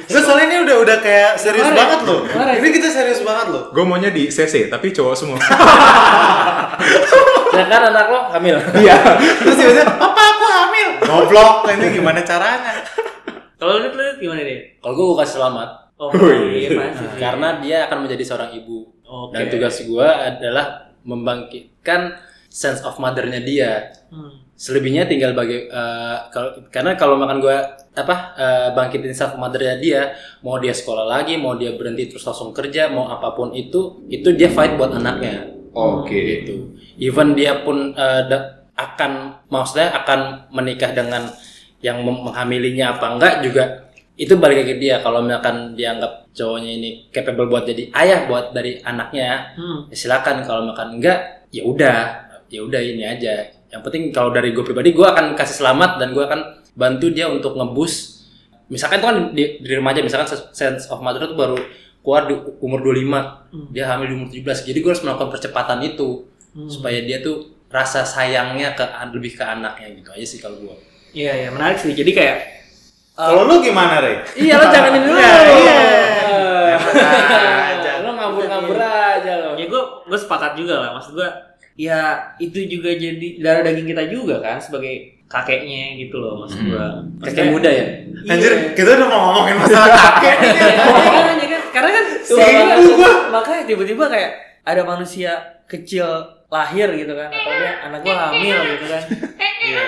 S2: Gue soalnya ini udah udah kayak serius
S1: Kemarin.
S2: banget loh.
S1: Kemarin.
S2: Ini kita serius banget loh.
S3: Gue maunya di CC tapi cowok semua.
S5: Sedangkan anak lo hamil.
S3: [LAUGHS] Iya. [LAUGHS]
S2: Terus tiba-tiba, papa aku hamil. Goblok, ini gimana caranya?
S1: Kalau lo lihat gimana deh?
S4: [LAUGHS] Kalau gue gue kasih selamat
S1: Oh, iya
S3: Wih.
S1: pasti sih.
S4: karena dia akan menjadi seorang ibu
S1: Oke.
S4: dan tugas gue adalah membangkitkan sense of mothernya dia.
S1: Hmm.
S4: Selebihnya tinggal bagi eh, kalau karena kalau makan gue apa eh, bangkitin self mothernya dia mau dia sekolah lagi mau dia berhenti terus langsung kerja mau apapun itu itu dia fight buat anaknya
S3: Oke.
S4: gitu. Even dia pun eh, da- akan maksudnya akan menikah dengan yang mem- menghamilinya apa enggak juga itu balik lagi ke dia kalau misalkan dianggap cowoknya ini capable buat jadi ayah buat dari anaknya
S1: Hmm.
S4: ya silakan kalau misalkan enggak ya udah ya udah ini aja yang penting kalau dari gue pribadi gue akan kasih selamat dan gue akan bantu dia untuk ngebus misalkan itu kan di, di remaja misalkan sense of mother itu baru keluar di umur 25
S1: Hmm.
S4: dia hamil di umur 17 jadi gue harus melakukan percepatan itu
S1: Hmm.
S4: supaya dia tuh rasa sayangnya ke lebih ke anaknya gitu aja sih kalau gua.
S1: Iya, iya menarik sih. Jadi kayak
S3: Um,
S2: Kalau lu gimana, Rey?
S4: Iya lo janganin dulu.
S2: Iya, iya.
S4: Eh, Lo ngabur-ngabur aja lo.
S1: Iya. ya gue gue sepakat juga lah maksud gue ya itu juga jadi darah daging kita juga kan sebagai kakeknya gitu loh maksud gue
S4: Kakek muda ya.
S1: Iya.
S2: Anjir, kita udah mau ngomongin masalah [LAUGHS] kakek.
S1: Makanya kan karena kan
S2: Tuh,
S1: makanya-
S2: ibu gua.
S1: makanya tiba-tiba kayak ada manusia kecil lahir gitu kan atau dia anak gue hamil gitu kan Iya.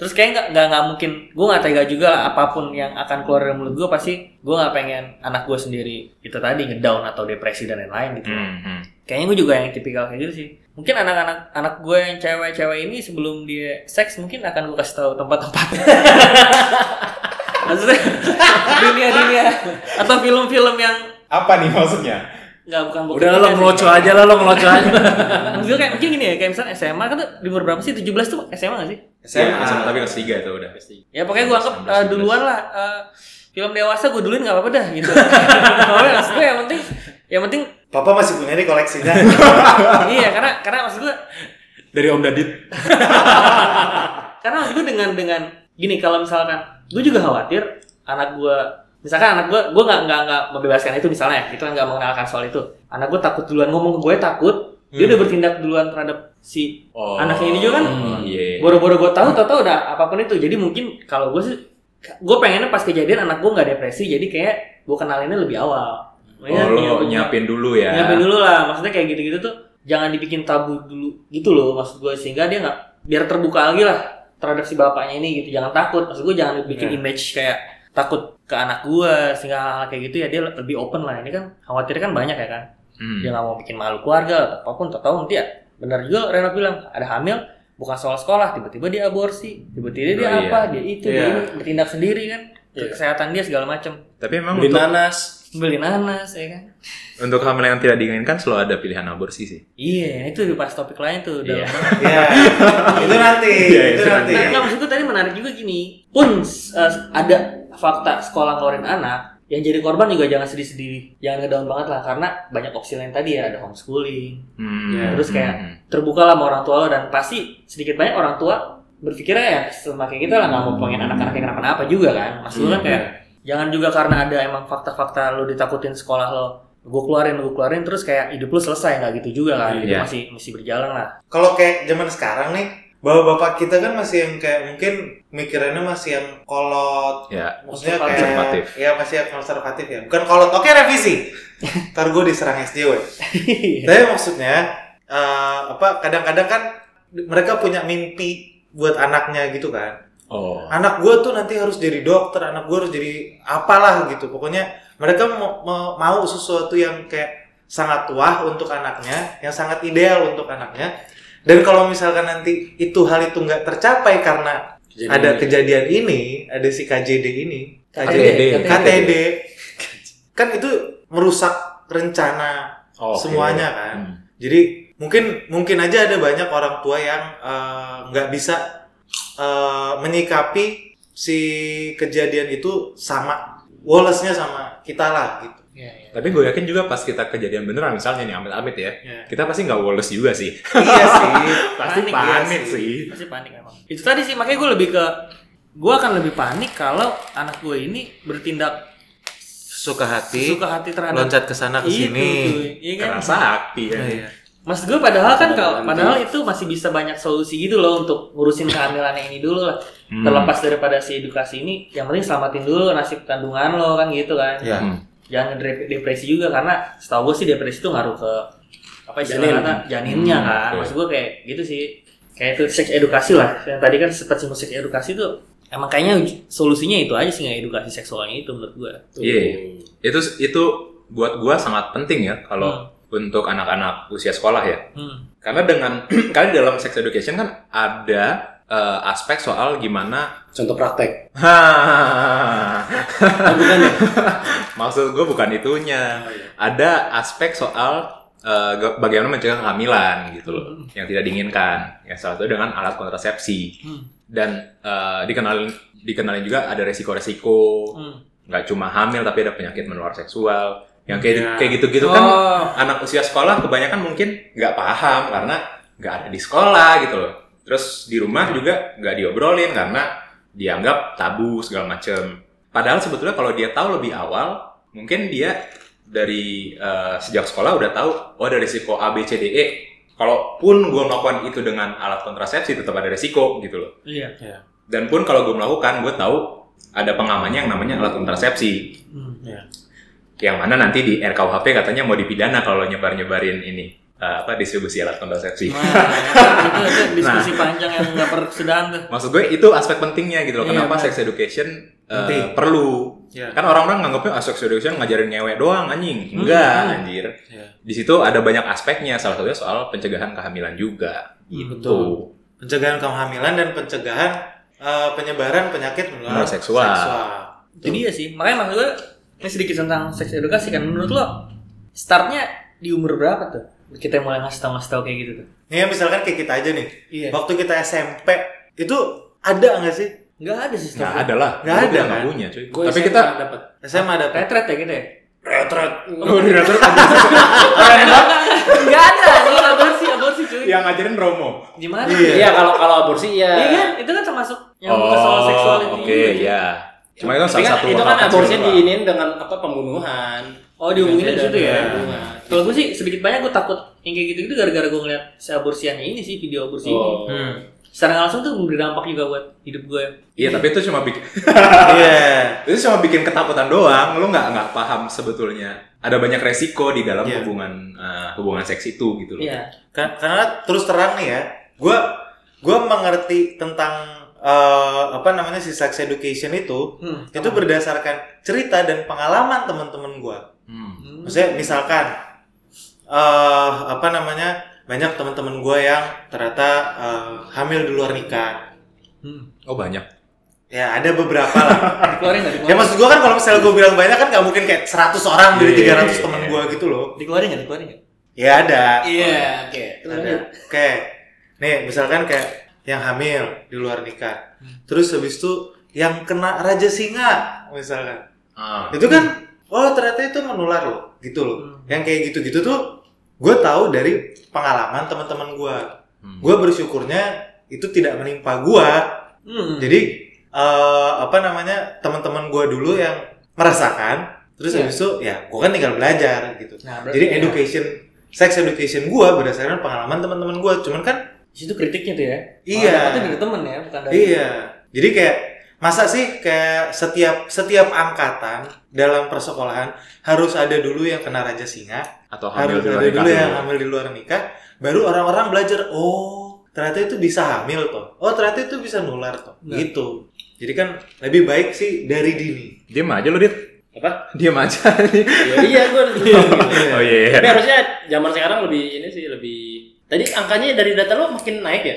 S1: terus kayak nggak nggak nggak mungkin gue nggak tega juga lah, apapun yang akan keluar dari mulut gue pasti gue nggak pengen anak gue sendiri itu tadi ngedown atau depresi dan lain-lain gitu
S3: Hmm,
S1: kayaknya gue juga yang tipikal kayak gitu sih mungkin anak-anak anak gue yang cewek-cewek ini sebelum dia seks mungkin akan gue kasih tahu tempat-tempat [LAUGHS] maksudnya dunia dunia atau film-film yang
S3: Apa nih maksudnya?
S1: nggak bukan bukan
S4: Udah lah, lo ngeloco aja lah lo ngeloco [LAUGHS] aja.
S1: maksud gue kayak mungkin gini ya kayak misalnya SMA kan tuh di umur berapa sih 17 tuh SMA gak sih
S3: Saya
S2: SMA.
S3: Iya, tapi kelas tiga itu udah.
S1: ya pokoknya gue anggap
S3: 19.
S1: eh, duluan lah eh, film dewasa gue duluin nggak apa-apa dah [LAUGHS] gitu Soalnya maksud gue yang penting yang [LAUGHS] penting
S2: Papa masih punya nih
S3: [LAUGHS]
S2: koleksinya.
S1: iya karena karena maksud gue
S4: Dari Om Dadit.
S1: karena maksud gue dengan dengan gini kalau misalkan gue juga khawatir anak gue misalkan anak gue gue nggak nggak nggak membebaskan itu misalnya ya, kita nggak mengenalkan soal itu anak gue takut duluan ngomong ke gue takut dia udah bertindak duluan terhadap si
S3: Hmm. Oh.
S1: Anaknya ini juga kan?
S4: Hmm,
S3: Iya.
S1: boro-boro gue tahu tau tau udah apapun itu jadi mungkin kalau gue sih gue pengennya pas kejadian anak gue nggak depresi jadi kayak gue kenalinnya lebih awal
S3: Oh, lo nyiapin dulu ya.
S1: Iya, nyiapin dulu lah maksudnya kayak gitu-gitu tuh jangan dibikin tabu dulu gitu loh maksud gue sehingga dia nggak biar terbuka lagi lah terhadap si bapaknya ini gitu jangan takut maksud gue jangan
S3: Iya.
S1: bikin image kayak takut ke anak gue sehingga hal-hal kayak gitu ya dia lebih open lah ini kan khawatirnya kan banyak ya kan
S3: Hmm.
S1: dia nggak mau bikin malu keluarga atau apapun atau tahu nanti ya benar juga Reno bilang ada hamil bukan soal sekolah tiba-tiba dia aborsi tiba-tiba dia
S3: Oh, iya.
S1: apa dia itu dia
S2: Iya.
S1: ini bertindak sendiri kan ke kesehatan dia segala macam
S3: Tapi emang
S4: Beli
S3: untuk,
S4: nanas.
S1: beli nanas ya kan
S3: untuk hamilan yang tidak diinginkan selalu ada pilihan aborsi sih.
S1: Iya, itu di pas topik lain tuh.
S3: Iya.
S1: Dalam
S2: Iya. Itu nanti,
S3: Iya,
S2: itu
S3: itu
S2: nanti.
S1: Nah, enggak, maksud gue tadi menarik juga gini. Pun eh, ada fakta sekolah ngeluarin anak, yang jadi korban juga jangan sedih-sedih. Jangan ngedown banget lah karena banyak opsi lain tadi ya, ada homeschooling.
S3: Hmm.
S2: Iya.
S1: Terus kayak-
S3: hmm.
S1: Terbukalah sama orang tua lo dan pasti sedikit banyak orang tua berpikirnya ya sama kayak kita lah nggak mau pengen anak-anaknya
S2: Iya.
S1: kenapa-napa juga kan. Maksud gue kan kayak jangan juga karena ada emang fakta-fakta lo ditakutin sekolah lo gue keluarin gue keluarin terus kayak hidup lu selesai nggak gitu juga kan hidup
S3: Iya.
S1: masih masih berjalan lah
S2: Kalau kayak zaman sekarang nih, bapak-bapak kita kan masih yang kayak mungkin mikirannya masih yang kolot,
S3: Ya,
S2: maksudnya [LAUGHS]
S3: Konservatif.
S2: kayak ya masih yang konservatif ya. Bukan kolot, oke revisi. Ntar gue diserang SJW.
S3: Iya.
S1: Iya,
S2: Tapi maksudnya eh, apa? Kadang-kadang kan mereka punya mimpi buat anaknya gitu kan.
S3: oh,
S2: anak gue tuh nanti harus jadi dokter, anak gue harus jadi apalah gitu. Pokoknya mereka mau, mau- mau sesuatu yang kayak sangat wah untuk anaknya, yang sangat ideal untuk anaknya. Dan kalau misalkan nanti itu hal itu nggak tercapai karena ada kejadian ini, ada si KJD ini, KJD,
S3: KTD.
S2: KTD, kan itu merusak rencana
S3: oh, oke.
S2: semuanya kan.
S3: Hmm.
S2: Jadi mungkin mungkin aja ada banyak orang tua yang eh, nggak bisa eh, menyikapi si kejadian itu sama walesnya sama kita lah gitu.
S1: Iya, iya.
S3: Tapi gue yakin juga pas kita kejadian beneran misalnya nih amit-amit ya,
S2: Iya.
S3: kita pasti nggak woles juga sih.
S2: iya sih.
S1: Pasti
S3: Panik,
S2: panik
S3: sih.
S1: pasti panik memang itu tadi sih makanya gue lebih ke gue akan lebih panik kalau anak gue ini bertindak
S2: [LAUGHS] Suka hati,
S1: suka hati terhadap
S2: loncat ke sana ke
S1: Itu,
S2: sini.
S1: cuy. iya kan
S3: Karena sakti
S4: Oh,
S3: ya.
S2: Iya.
S1: Mas gue padahal kan kalau
S4: Padahal
S1: padahal itu masih bisa banyak solusi gitu loh untuk ngurusin kehamilannya ini dulu lah.
S3: Hmm.
S2: Hmm.
S1: Terlepas daripada si edukasi ini, yang penting selamatin dulu nasib kandungan lo kan gitu kan.
S2: Iya.
S3: Hmm.
S1: Jangan ngedep- depresi juga karena setahu gue sih depresi itu ngaruh ke apa istilahnya
S4: Janin.
S1: kata, janinnya
S3: Hmm,
S1: kan.
S3: betul.
S1: Maksud gue kayak gitu sih. Kayak itu seks edukasi lah. Yang tadi kan sempat singgung seks edukasi tuh emang kayaknya solusinya itu aja sih nggak edukasi seksualnya itu menurut gue.
S3: Iya. Itu itu buat gua sangat penting ya kalau untuk anak-anak usia sekolah ya.
S1: Hmm.
S3: Karena dengan [CLEARS THROAT] karena dalam sex education kan ada eh, aspek soal gimana [LAUGHS]
S4: Contoh praktek.
S1: Ah,
S3: bukan
S1: ya?
S3: [LAUGHS] maksud gue bukan
S1: Oh,
S3: itunya
S1: iya.
S3: ada aspek soal eh, ge- bagaimana mencegah kehamilan gitu loh yang tidak diinginkan yang salah satu dengan alat kontrasepsi
S1: Hmm.
S3: dan eh, dikenalin dikenalin juga ada resiko-resiko
S1: Hmm.
S3: nggak cuma hamil tapi ada penyakit menular seksual
S5: Ya.
S3: yang kayak kayak gitu-gitu kan
S1: Iya. Oh.
S3: anak usia sekolah kebanyakan mungkin nggak paham karena nggak ada di sekolah gitu loh. Terus di rumah juga nggak diobrolin karena dianggap tabu segala macem. Padahal sebetulnya kalau dia tahu lebih awal, mungkin dia dari eh, sejak sekolah udah tahu oh ada risiko A B C D E. Kalaupun gue melakukan itu dengan alat kontrasepsi tetap ada risiko gitu loh.
S1: Iya.
S3: Dan pun kalau gue melakukan, gue tahu ada pengamannya yang namanya alat kontrasepsi
S1: Hmm.
S3: Iya. yang mana nanti di RKUHP katanya mau dipidana kalau nyebar nyebarin ini eh, apa distribusi alat kontrasepsi.
S1: Nah, itu, itu
S3: [LAUGHS] Nah.
S1: diskusi panjang yang nggak berkesudahan tuh.
S3: Maksud gue itu aspek pentingnya gitu loh.
S1: Iya,
S3: Kenapa
S1: benar.
S3: sex education eh,
S2: Penting.
S3: perlu?
S2: Iya.
S3: Kan orang-orang nganggapnya ah, sex education ngajarin ngewe doang anjing. Enggak
S1: Hmm.
S3: anjir.
S2: Iya.
S3: Di situ ada banyak aspeknya. Salah satunya soal pencegahan kehamilan juga. Gitu.
S2: Pencegahan kehamilan dan pencegahan eh, penyebaran penyakit menular
S3: Menular seksual.
S1: Jadi ya sih, makanya maksud gue ini sedikit tentang seks edukasi kan. Menurut lo startnya di umur berapa tuh? Kita mulai ngasih tau ngasih tau kayak gitu tuh.
S2: Nih misalkan kayak kita aja nih.
S1: Iya.
S2: Waktu kita SMP itu ada nggak sih?
S1: Nggak ada sih
S3: Nggak
S1: startnya.
S3: ada lah.
S2: Nggak
S3: Gue
S2: ada,
S3: bilang nggak
S2: kan?
S3: punya cuy.
S4: Gua
S3: Tapi
S4: SMA
S3: kita
S4: dapat
S2: SMA ada apa?
S1: Retret ya gitu ya?
S2: Retret.
S1: Nggak ada. Lo aborsi, aborsi cuy.
S3: [LAUGHS] yang ngajarin Romo.
S1: Gimana?
S2: Iya.
S4: Iya, kalau kalau aborsi iya.
S1: Iya kan? Itu kan termasuk yang
S3: oh,
S1: soal seksuality.
S3: Oke, ya. Cuma itu
S4: Tapi
S3: salah
S4: kan
S3: satu
S4: itu kan
S3: lokal
S4: aborsi
S3: kecil doang.
S4: diinin dengan apa pembunuhan.
S1: Oh dihubungin di
S4: Dengan
S1: situ
S4: keadaan
S1: ya.
S4: hubungan.
S1: Kalau gue sih sedikit banyak gue takut yang kayak gitu-gitu gara-gara gue ngeliat si aborsiannya ini sih video aborsi ini.
S4: Oh.
S1: Secara nggak langsung tuh memberi dampak juga buat hidup ya. gue.
S3: Iya, tapi itu cuma bikin
S2: Iya.
S3: itu cuma bikin ketakutan doang. Lu nggak nggak paham sebetulnya. Ada banyak resiko di dalam
S2: Iya.
S3: hubungan eh, hubungan seks itu gitu loh.
S1: Iya.
S2: Ka- karena terus terang nih ya gue gue mengerti tentang eh, apa namanya si sex education itu
S1: Hmm.
S2: itu berdasarkan cerita dan pengalaman teman-teman gue
S3: Hmm.
S2: maksudnya misalkan eh apa namanya banyak teman-teman gue yang ternyata eh, hamil di luar nikah
S1: Hmm.
S3: Oh banyak.
S2: ya ada beberapa lah
S1: Dikeluarin nggak?
S2: ya
S1: Dikeluarin?
S2: maksud gue kan kalau misalnya gue bilang banyak kan nggak mungkin kayak 100 orang dari
S3: Iya, iya,
S2: 300 teman
S3: iya.
S2: gue gitu loh
S1: Dikeluarin nggak? Dikeluarin nggak?
S2: ya ada
S1: Iya. Oke.
S2: ada kayak nih misalkan kayak yang hamil di luar nikah terus habis itu yang kena raja singa misalkan
S3: Ah.
S2: itu kan oh ternyata itu menular loh gitu loh
S1: Hmm.
S2: yang kayak gitu-gitu tuh gue tahu dari pengalaman teman-teman gue
S3: Hmm.
S2: gue bersyukurnya itu tidak menimpa gue
S1: Hmm.
S2: jadi eh, apa namanya teman-teman gue dulu yang merasakan Terus
S1: Iya.
S2: habis itu ya gue kan tinggal belajar gitu.
S1: Nah, berarti-
S2: Jadi education, sex education gue berdasarkan pengalaman teman-teman gue. Cuman kan
S1: Itu kritiknya tuh ya.
S2: Iya.
S1: Oh, dapatnya dari temen ya, bukan dari
S2: Iya. Jadi kayak masa sih kayak setiap setiap angkatan dalam persekolahan harus ada dulu yang kena raja singa,
S3: atau hamil
S2: harus
S3: di
S2: ada
S3: luar nikah
S2: dulu yang
S3: dulu. ya.
S2: hamil di luar nikah, baru orang-orang belajar oh ternyata itu bisa hamil toh, oh ternyata itu bisa nular toh,
S1: Nah.
S2: gitu. Jadi kan lebih baik sih dari dini.
S3: Diam aja lu, Dit. [LAUGHS]
S4: Apa?
S3: Diam aja.
S4: Ya, iya gue
S3: oh iya. iya.
S4: tapi harusnya zaman sekarang lebih ini sih lebih tadi angkanya dari data lo makin naik ya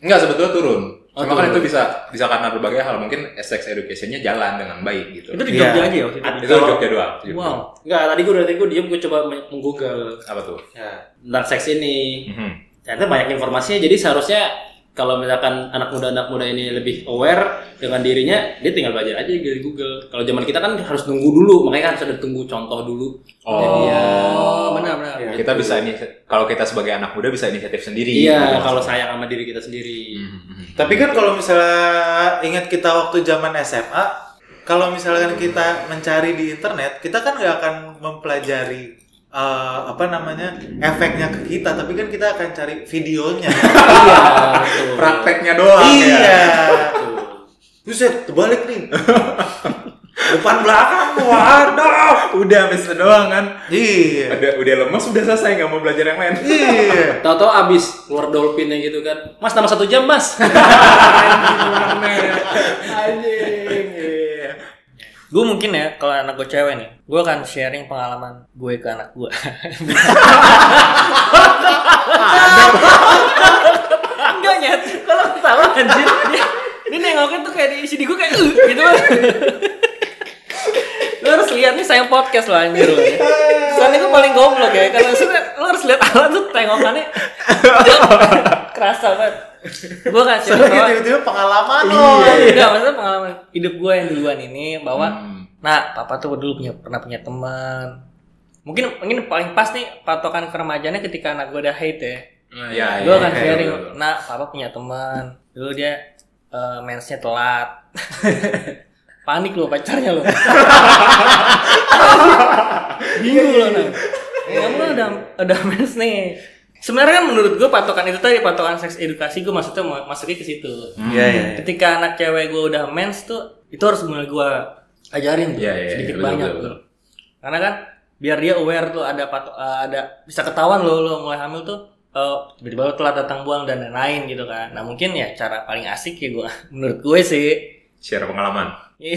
S3: Enggak sebetulnya turun.
S4: Oh,
S3: Cuma kan
S4: turun.
S3: itu bisa bisa karena berbagai hal. Mungkin sex education-nya jalan dengan baik gitu.
S1: Itu di
S2: Iya.
S1: Jogja aja ya waktu
S3: Itu
S1: itu.
S4: Kalau-
S3: Jogja doang. Jogja.
S1: Wow.
S4: Enggak, tadi gue dari gue diem gue coba men- menggoogle
S3: Apa tuh?
S2: Ya.
S4: tentang seks ini
S3: Mhm.
S4: ternyata banyak informasinya jadi seharusnya kalau misalkan anak muda anak muda ini lebih aware dengan dirinya dia tinggal belajar aja dari Google kalau zaman kita kan harus nunggu dulu makanya kan harus ada tunggu contoh dulu
S3: Oh.
S1: Oh, benar-benar.
S2: Iya.
S3: Kita bisa ini kalau kita sebagai anak muda bisa inisiatif sendiri.
S4: iya
S3: Gitu.
S4: kalau sayang sama diri kita sendiri
S3: Mhm, mhm.
S2: Tapi kan kalau misalnya ingat kita waktu zaman SMA, kalau misalkan kita mencari di internet, kita kan nggak akan mempelajari eh, apa namanya efeknya ke kita, tapi kan kita akan cari videonya.
S4: iya betul.
S3: prakteknya doang ya.
S2: iya.
S4: Betul.
S2: Buset, terbalik nih. Depan belakang waduh.
S3: Udah misalnya doang kan.
S2: Iya.
S3: Ada udah lemes udah selesai nggak mau belajar yang lain.
S2: Iya.
S4: Tahu-tahu abis keluar dolphinnya gitu kan, Mas tambah satu jam Mas.
S3: Iya.
S1: Gue mungkin ya, kalau anak gue cewek nih, gue akan sharing pengalaman gue ke anak gue. Enggak nyet, kalau ketawa anjir, dia, dia nengokin tuh kayak di sini gue kayak "Uh," gitu. lo harus lihat nih saya podcast lah anjir lo ya. Soalnya gue paling goblok ya, kalau maksudnya lo harus lihat alat tuh tengokannya kerasa banget. Gue kan sharing
S2: Soalnya gitu. kayak
S1: bahwa-
S2: tiba-tiba pengalaman oh, iya. loh.
S1: Enggak, maksudnya pengalaman hidup gue yang duluan ini bahwa
S3: Hmm.
S1: Nah, papa tuh dulu punya pernah punya teman. Mungkin mungkin paling pas nih patokan keremajanya ketika anak gue udah hate ya.
S3: Iya, iya.
S1: gue akan
S3: iya,
S1: sharing.
S3: iya, iya.
S1: Nah, papa punya teman. Dulu dia eh, mensnya telat. [LAUGHS] Panik lo pacarnya lo. [LAUGHS] Bingung lo nah. Kamu ada ada mens nih. Sebenarnya kan menurut gue patokan itu tadi patokan seks edukasi gue maksudnya ma- masuknya ke situ.
S3: Hmm.
S2: Iya, iya.
S1: Ketika anak cewek gue udah mens tuh, itu harus mulai gue ajarin tuh
S3: Iya, iya,
S1: sedikit
S3: iya, betul,
S1: banyak
S3: betul,
S1: tuh. Karena kan biar dia aware tuh ada pato- eh, ada bisa ketahuan loh lo mulai hamil tuh eh, tiba-tiba lo telat datang buang dan lain-lain gitu kan. Nah mungkin ya cara paling asik ya gue [LAUGHS] menurut gue sih.
S3: Share pengalaman. [LAUGHS]
S1: Iya.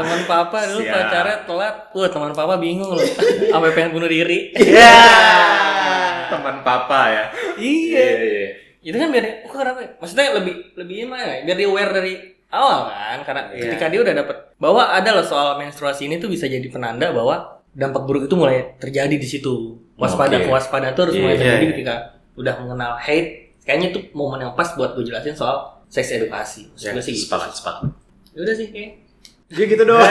S1: teman papa dulu
S3: Siap.
S1: pacarnya telat, wah teman papa bingung loh, [LAUGHS] sampai pengen bunuh diri.
S2: Iya.
S3: Teman papa ya.
S1: iya. Itu kan biar, oh, kenapa? ya? Maksudnya lebih lebih gimana? ya? Biar dia aware dari awal kan, karena
S2: Iya.
S1: ketika dia udah dapet bahwa ada loh soal menstruasi ini tuh bisa jadi penanda bahwa dampak buruk itu mulai terjadi di situ. Waspada,
S3: Oke.
S1: kewaspadaan tuh harus mulai
S2: Iya,
S1: terjadi
S2: iya.
S1: ketika udah mengenal hate. Kayaknya itu momen yang pas buat gue jelasin soal seks edukasi. Maksud gue sih, gitu.
S3: sepakat, sepakat.
S1: Ya udah sih,
S2: [LAUGHS]
S1: kayak.
S3: Dia gitu [LAUGHS] doang.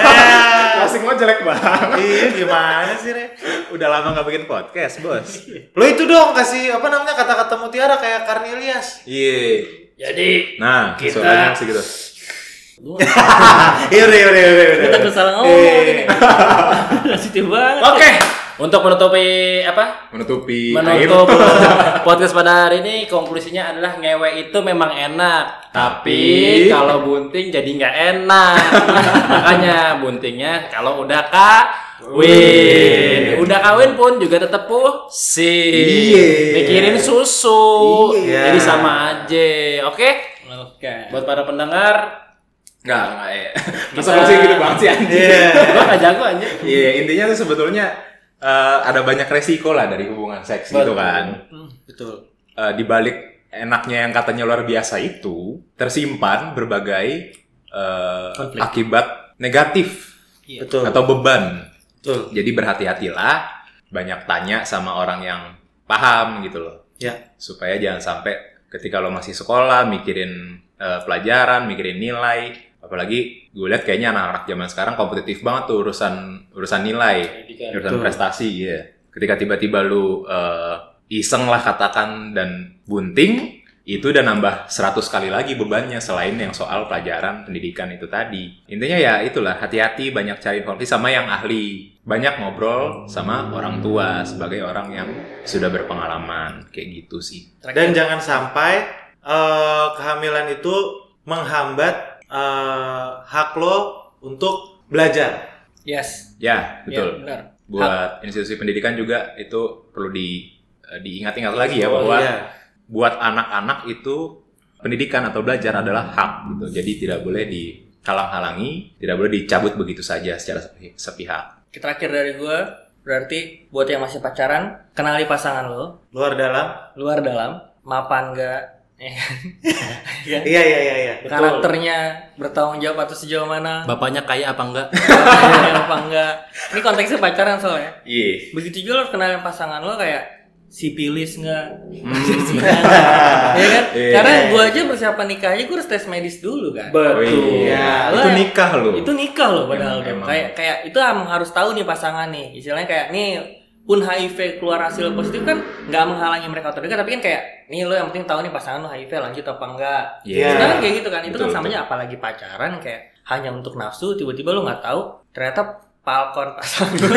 S3: Closing lo jelek banget.
S2: Iya, gimana sih, Re?
S3: Udah lama gak bikin podcast, bos.
S2: Lo itu dong kasih apa namanya kata-kata mutiara kayak Cornelius.
S3: Iya.
S4: Jadi
S3: Nah,
S4: Kita-
S3: suaranya masih gitu. [LAUGHS]
S2: Iya, iya, iya, iya.
S1: Kita kesalahan ngomong gini. Sensitif banget.
S4: Oke, untuk menutupi apa?
S3: Menutupi
S4: Menutup [LAUGHS] podcast pada hari ini konklusinya adalah ngewe itu memang enak, tapi
S3: Tapi-
S4: kalau bunting jadi nggak enak.
S2: [LAUGHS]
S4: Makanya buntingnya kalau udah kawin, udah kawin pun juga tetap pusing.
S2: Iya.
S4: Mikirin susu.
S2: Iya.
S4: Jadi sama aja. Oke?
S1: Oke.
S4: Buat para pendengar,
S3: Enggak, enggak ya. [LAUGHS] Masa
S4: Kita-
S3: closing gitu banget sih anjing. Iya,
S4: gua nggak jago aja.
S3: intinya tuh sebetulnya eh, ada banyak resiko lah dari hubungan seks gitu kan.
S1: Hmm.
S2: Betul.
S3: Eh, di balik enaknya yang katanya luar biasa itu tersimpan berbagai eh,
S1: Konflik.
S3: akibat negatif
S1: Iya.
S2: Betul.
S3: atau beban.
S2: Betul.
S3: Jadi berhati-hatilah, banyak tanya sama orang yang paham gitu loh.
S2: Ya.
S3: Supaya jangan sampai ketika lo masih sekolah mikirin eh, pelajaran, mikirin nilai, apalagi gue lihat kayaknya anak-anak zaman sekarang kompetitif banget tuh urusan urusan nilai, urusan
S2: Betul.
S3: prestasi gitu. Ketika tiba-tiba lu eh, iseng lah katakan dan bunting, itu udah nambah 100 kali lagi bebannya selain yang soal pelajaran pendidikan itu tadi. Intinya ya itulah hati-hati banyak cari informasi sama yang ahli, banyak ngobrol sama orang tua sebagai orang yang sudah berpengalaman kayak gitu sih.
S2: Dan jangan sampai eh, kehamilan itu menghambat eh, hak lo untuk belajar.
S1: Yes.
S3: Ya,
S1: Ya,
S3: betul.
S1: benar.
S3: buat institusi pendidikan juga itu perlu di eh, diingat-ingat lagi ya
S2: Oh,
S3: bahwa
S2: iya.
S3: buat anak-anak itu pendidikan atau belajar adalah hak gitu. Jadi tidak boleh dihalang-halangi, tidak boleh dicabut begitu saja secara sepi- sepihak.
S1: Terakhir dari gua berarti buat yang masih pacaran kenali pasangan lo
S2: luar dalam.
S1: luar dalam mapan enggak ya.
S2: Iya iya iya iya.
S1: karakternya bertanggung jawab atau sejauh mana
S4: Bapaknya kaya apa
S1: [LAUGHS]
S4: enggak?
S1: Kenal apa enggak ini konteksnya pacaran soalnya
S2: [LAUGHS]
S3: Iya.
S1: begitu juga lo kenalin pasangan lo kayak sipilis enggak
S3: [LAUGHS]
S1: ya
S2: Betul.
S1: kan
S3: Iya.
S1: karena gua aja persiapan nikah aja gua harus tes medis dulu kan
S2: Iya.
S3: oh Itu nikah loh.
S1: itu nikah loh padahal
S3: Emang,
S1: Dok.
S3: emang.
S1: kayak kayak itu emang harus tahu nih pasangan nih istilahnya kayak nih pun HIV keluar hasil positif kan nggak menghalangi mereka untuk dekat tapi kan kayak nih lo yang penting tahu nih pasangan lo HIV lanjut apa enggak
S3: Iya.
S1: Sebenarnya kan kayak gitu kan itu
S3: Betul,
S1: kan samanya apalagi pacaran kayak hanya untuk nafsu tiba-tiba lo nggak tahu ternyata palkon pasangan lo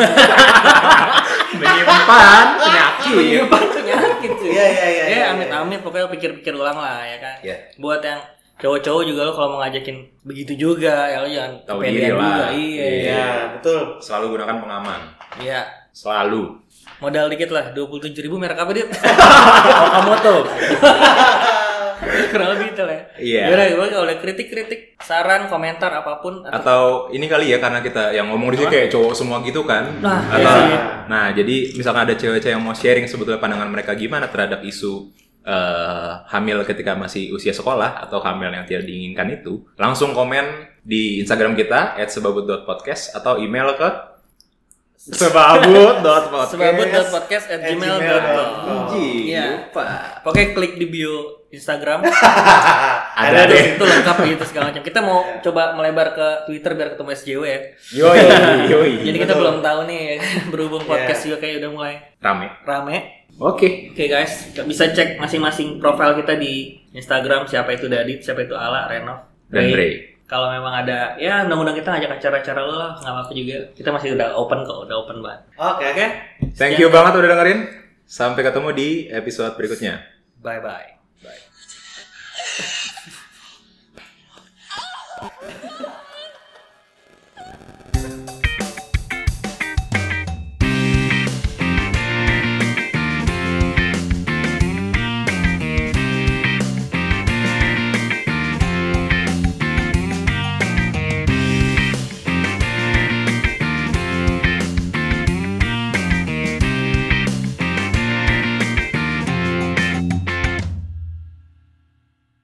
S3: menyimpan penyakit.
S1: menyimpan penyakit sih
S2: Iya iya iya.
S1: ya
S2: iya, iya.
S1: amit-amit pokoknya pikir-pikir ulang lah ya kan
S3: Iya.
S1: buat yang cowok-cowok juga lo kalau mau ngajakin begitu juga ya lo jangan
S3: Tahu
S1: kepedean
S3: diri lah.
S1: juga iya
S3: Iya.
S2: Iya, betul.
S3: Selalu gunakan pengaman.
S1: iya
S3: Selalu.
S1: modal dikit lah dua puluh ribu merek apa
S3: [LAUGHS]
S1: dia
S5: Okamoto.
S1: kurang lebih itu lah
S3: Iya.
S1: ya Yaudah, gimana oleh kritik kritik saran komentar apapun atau
S3: atau ini kali ya karena kita yang ngomong di sini kayak cowok semua gitu kan
S1: Nah,
S3: Atau-
S2: iya.
S3: nah jadi misalkan ada cewek-cewek yang mau sharing sebetulnya pandangan mereka gimana terhadap isu eh, hamil ketika masih usia sekolah atau hamil yang tidak diinginkan itu langsung komen di instagram kita @sebabut.podcast atau email ke
S2: Sebabut dot
S1: sebabut podcast at gmail
S3: Oh.
S1: iya
S3: lupa
S1: pokoknya klik di bio Instagram
S3: Ada
S2: Ada deh.
S1: itu lengkap gitu segala macam kita mau coba melebar ke Twitter biar ketemu SJW ya
S3: [LAUGHS] yoi yoi
S1: jadi kita
S2: Betul.
S1: belum tahu nih ya. berhubung podcast juga kayak udah mulai
S3: rame
S1: rame
S3: oke
S1: oke guys bisa cek masing-masing profil kita di Instagram siapa itu Dadit siapa itu Ala Renov
S3: dan
S1: Ray.
S3: Ray
S1: kalau memang ada ya undang-undang kita ngajak acara-acara lo lah nggak apa-apa juga kita masih udah open kok udah open banget
S2: Oke.
S1: oke
S3: thank you banget udah dengerin sampai ketemu di episode berikutnya
S1: bye bye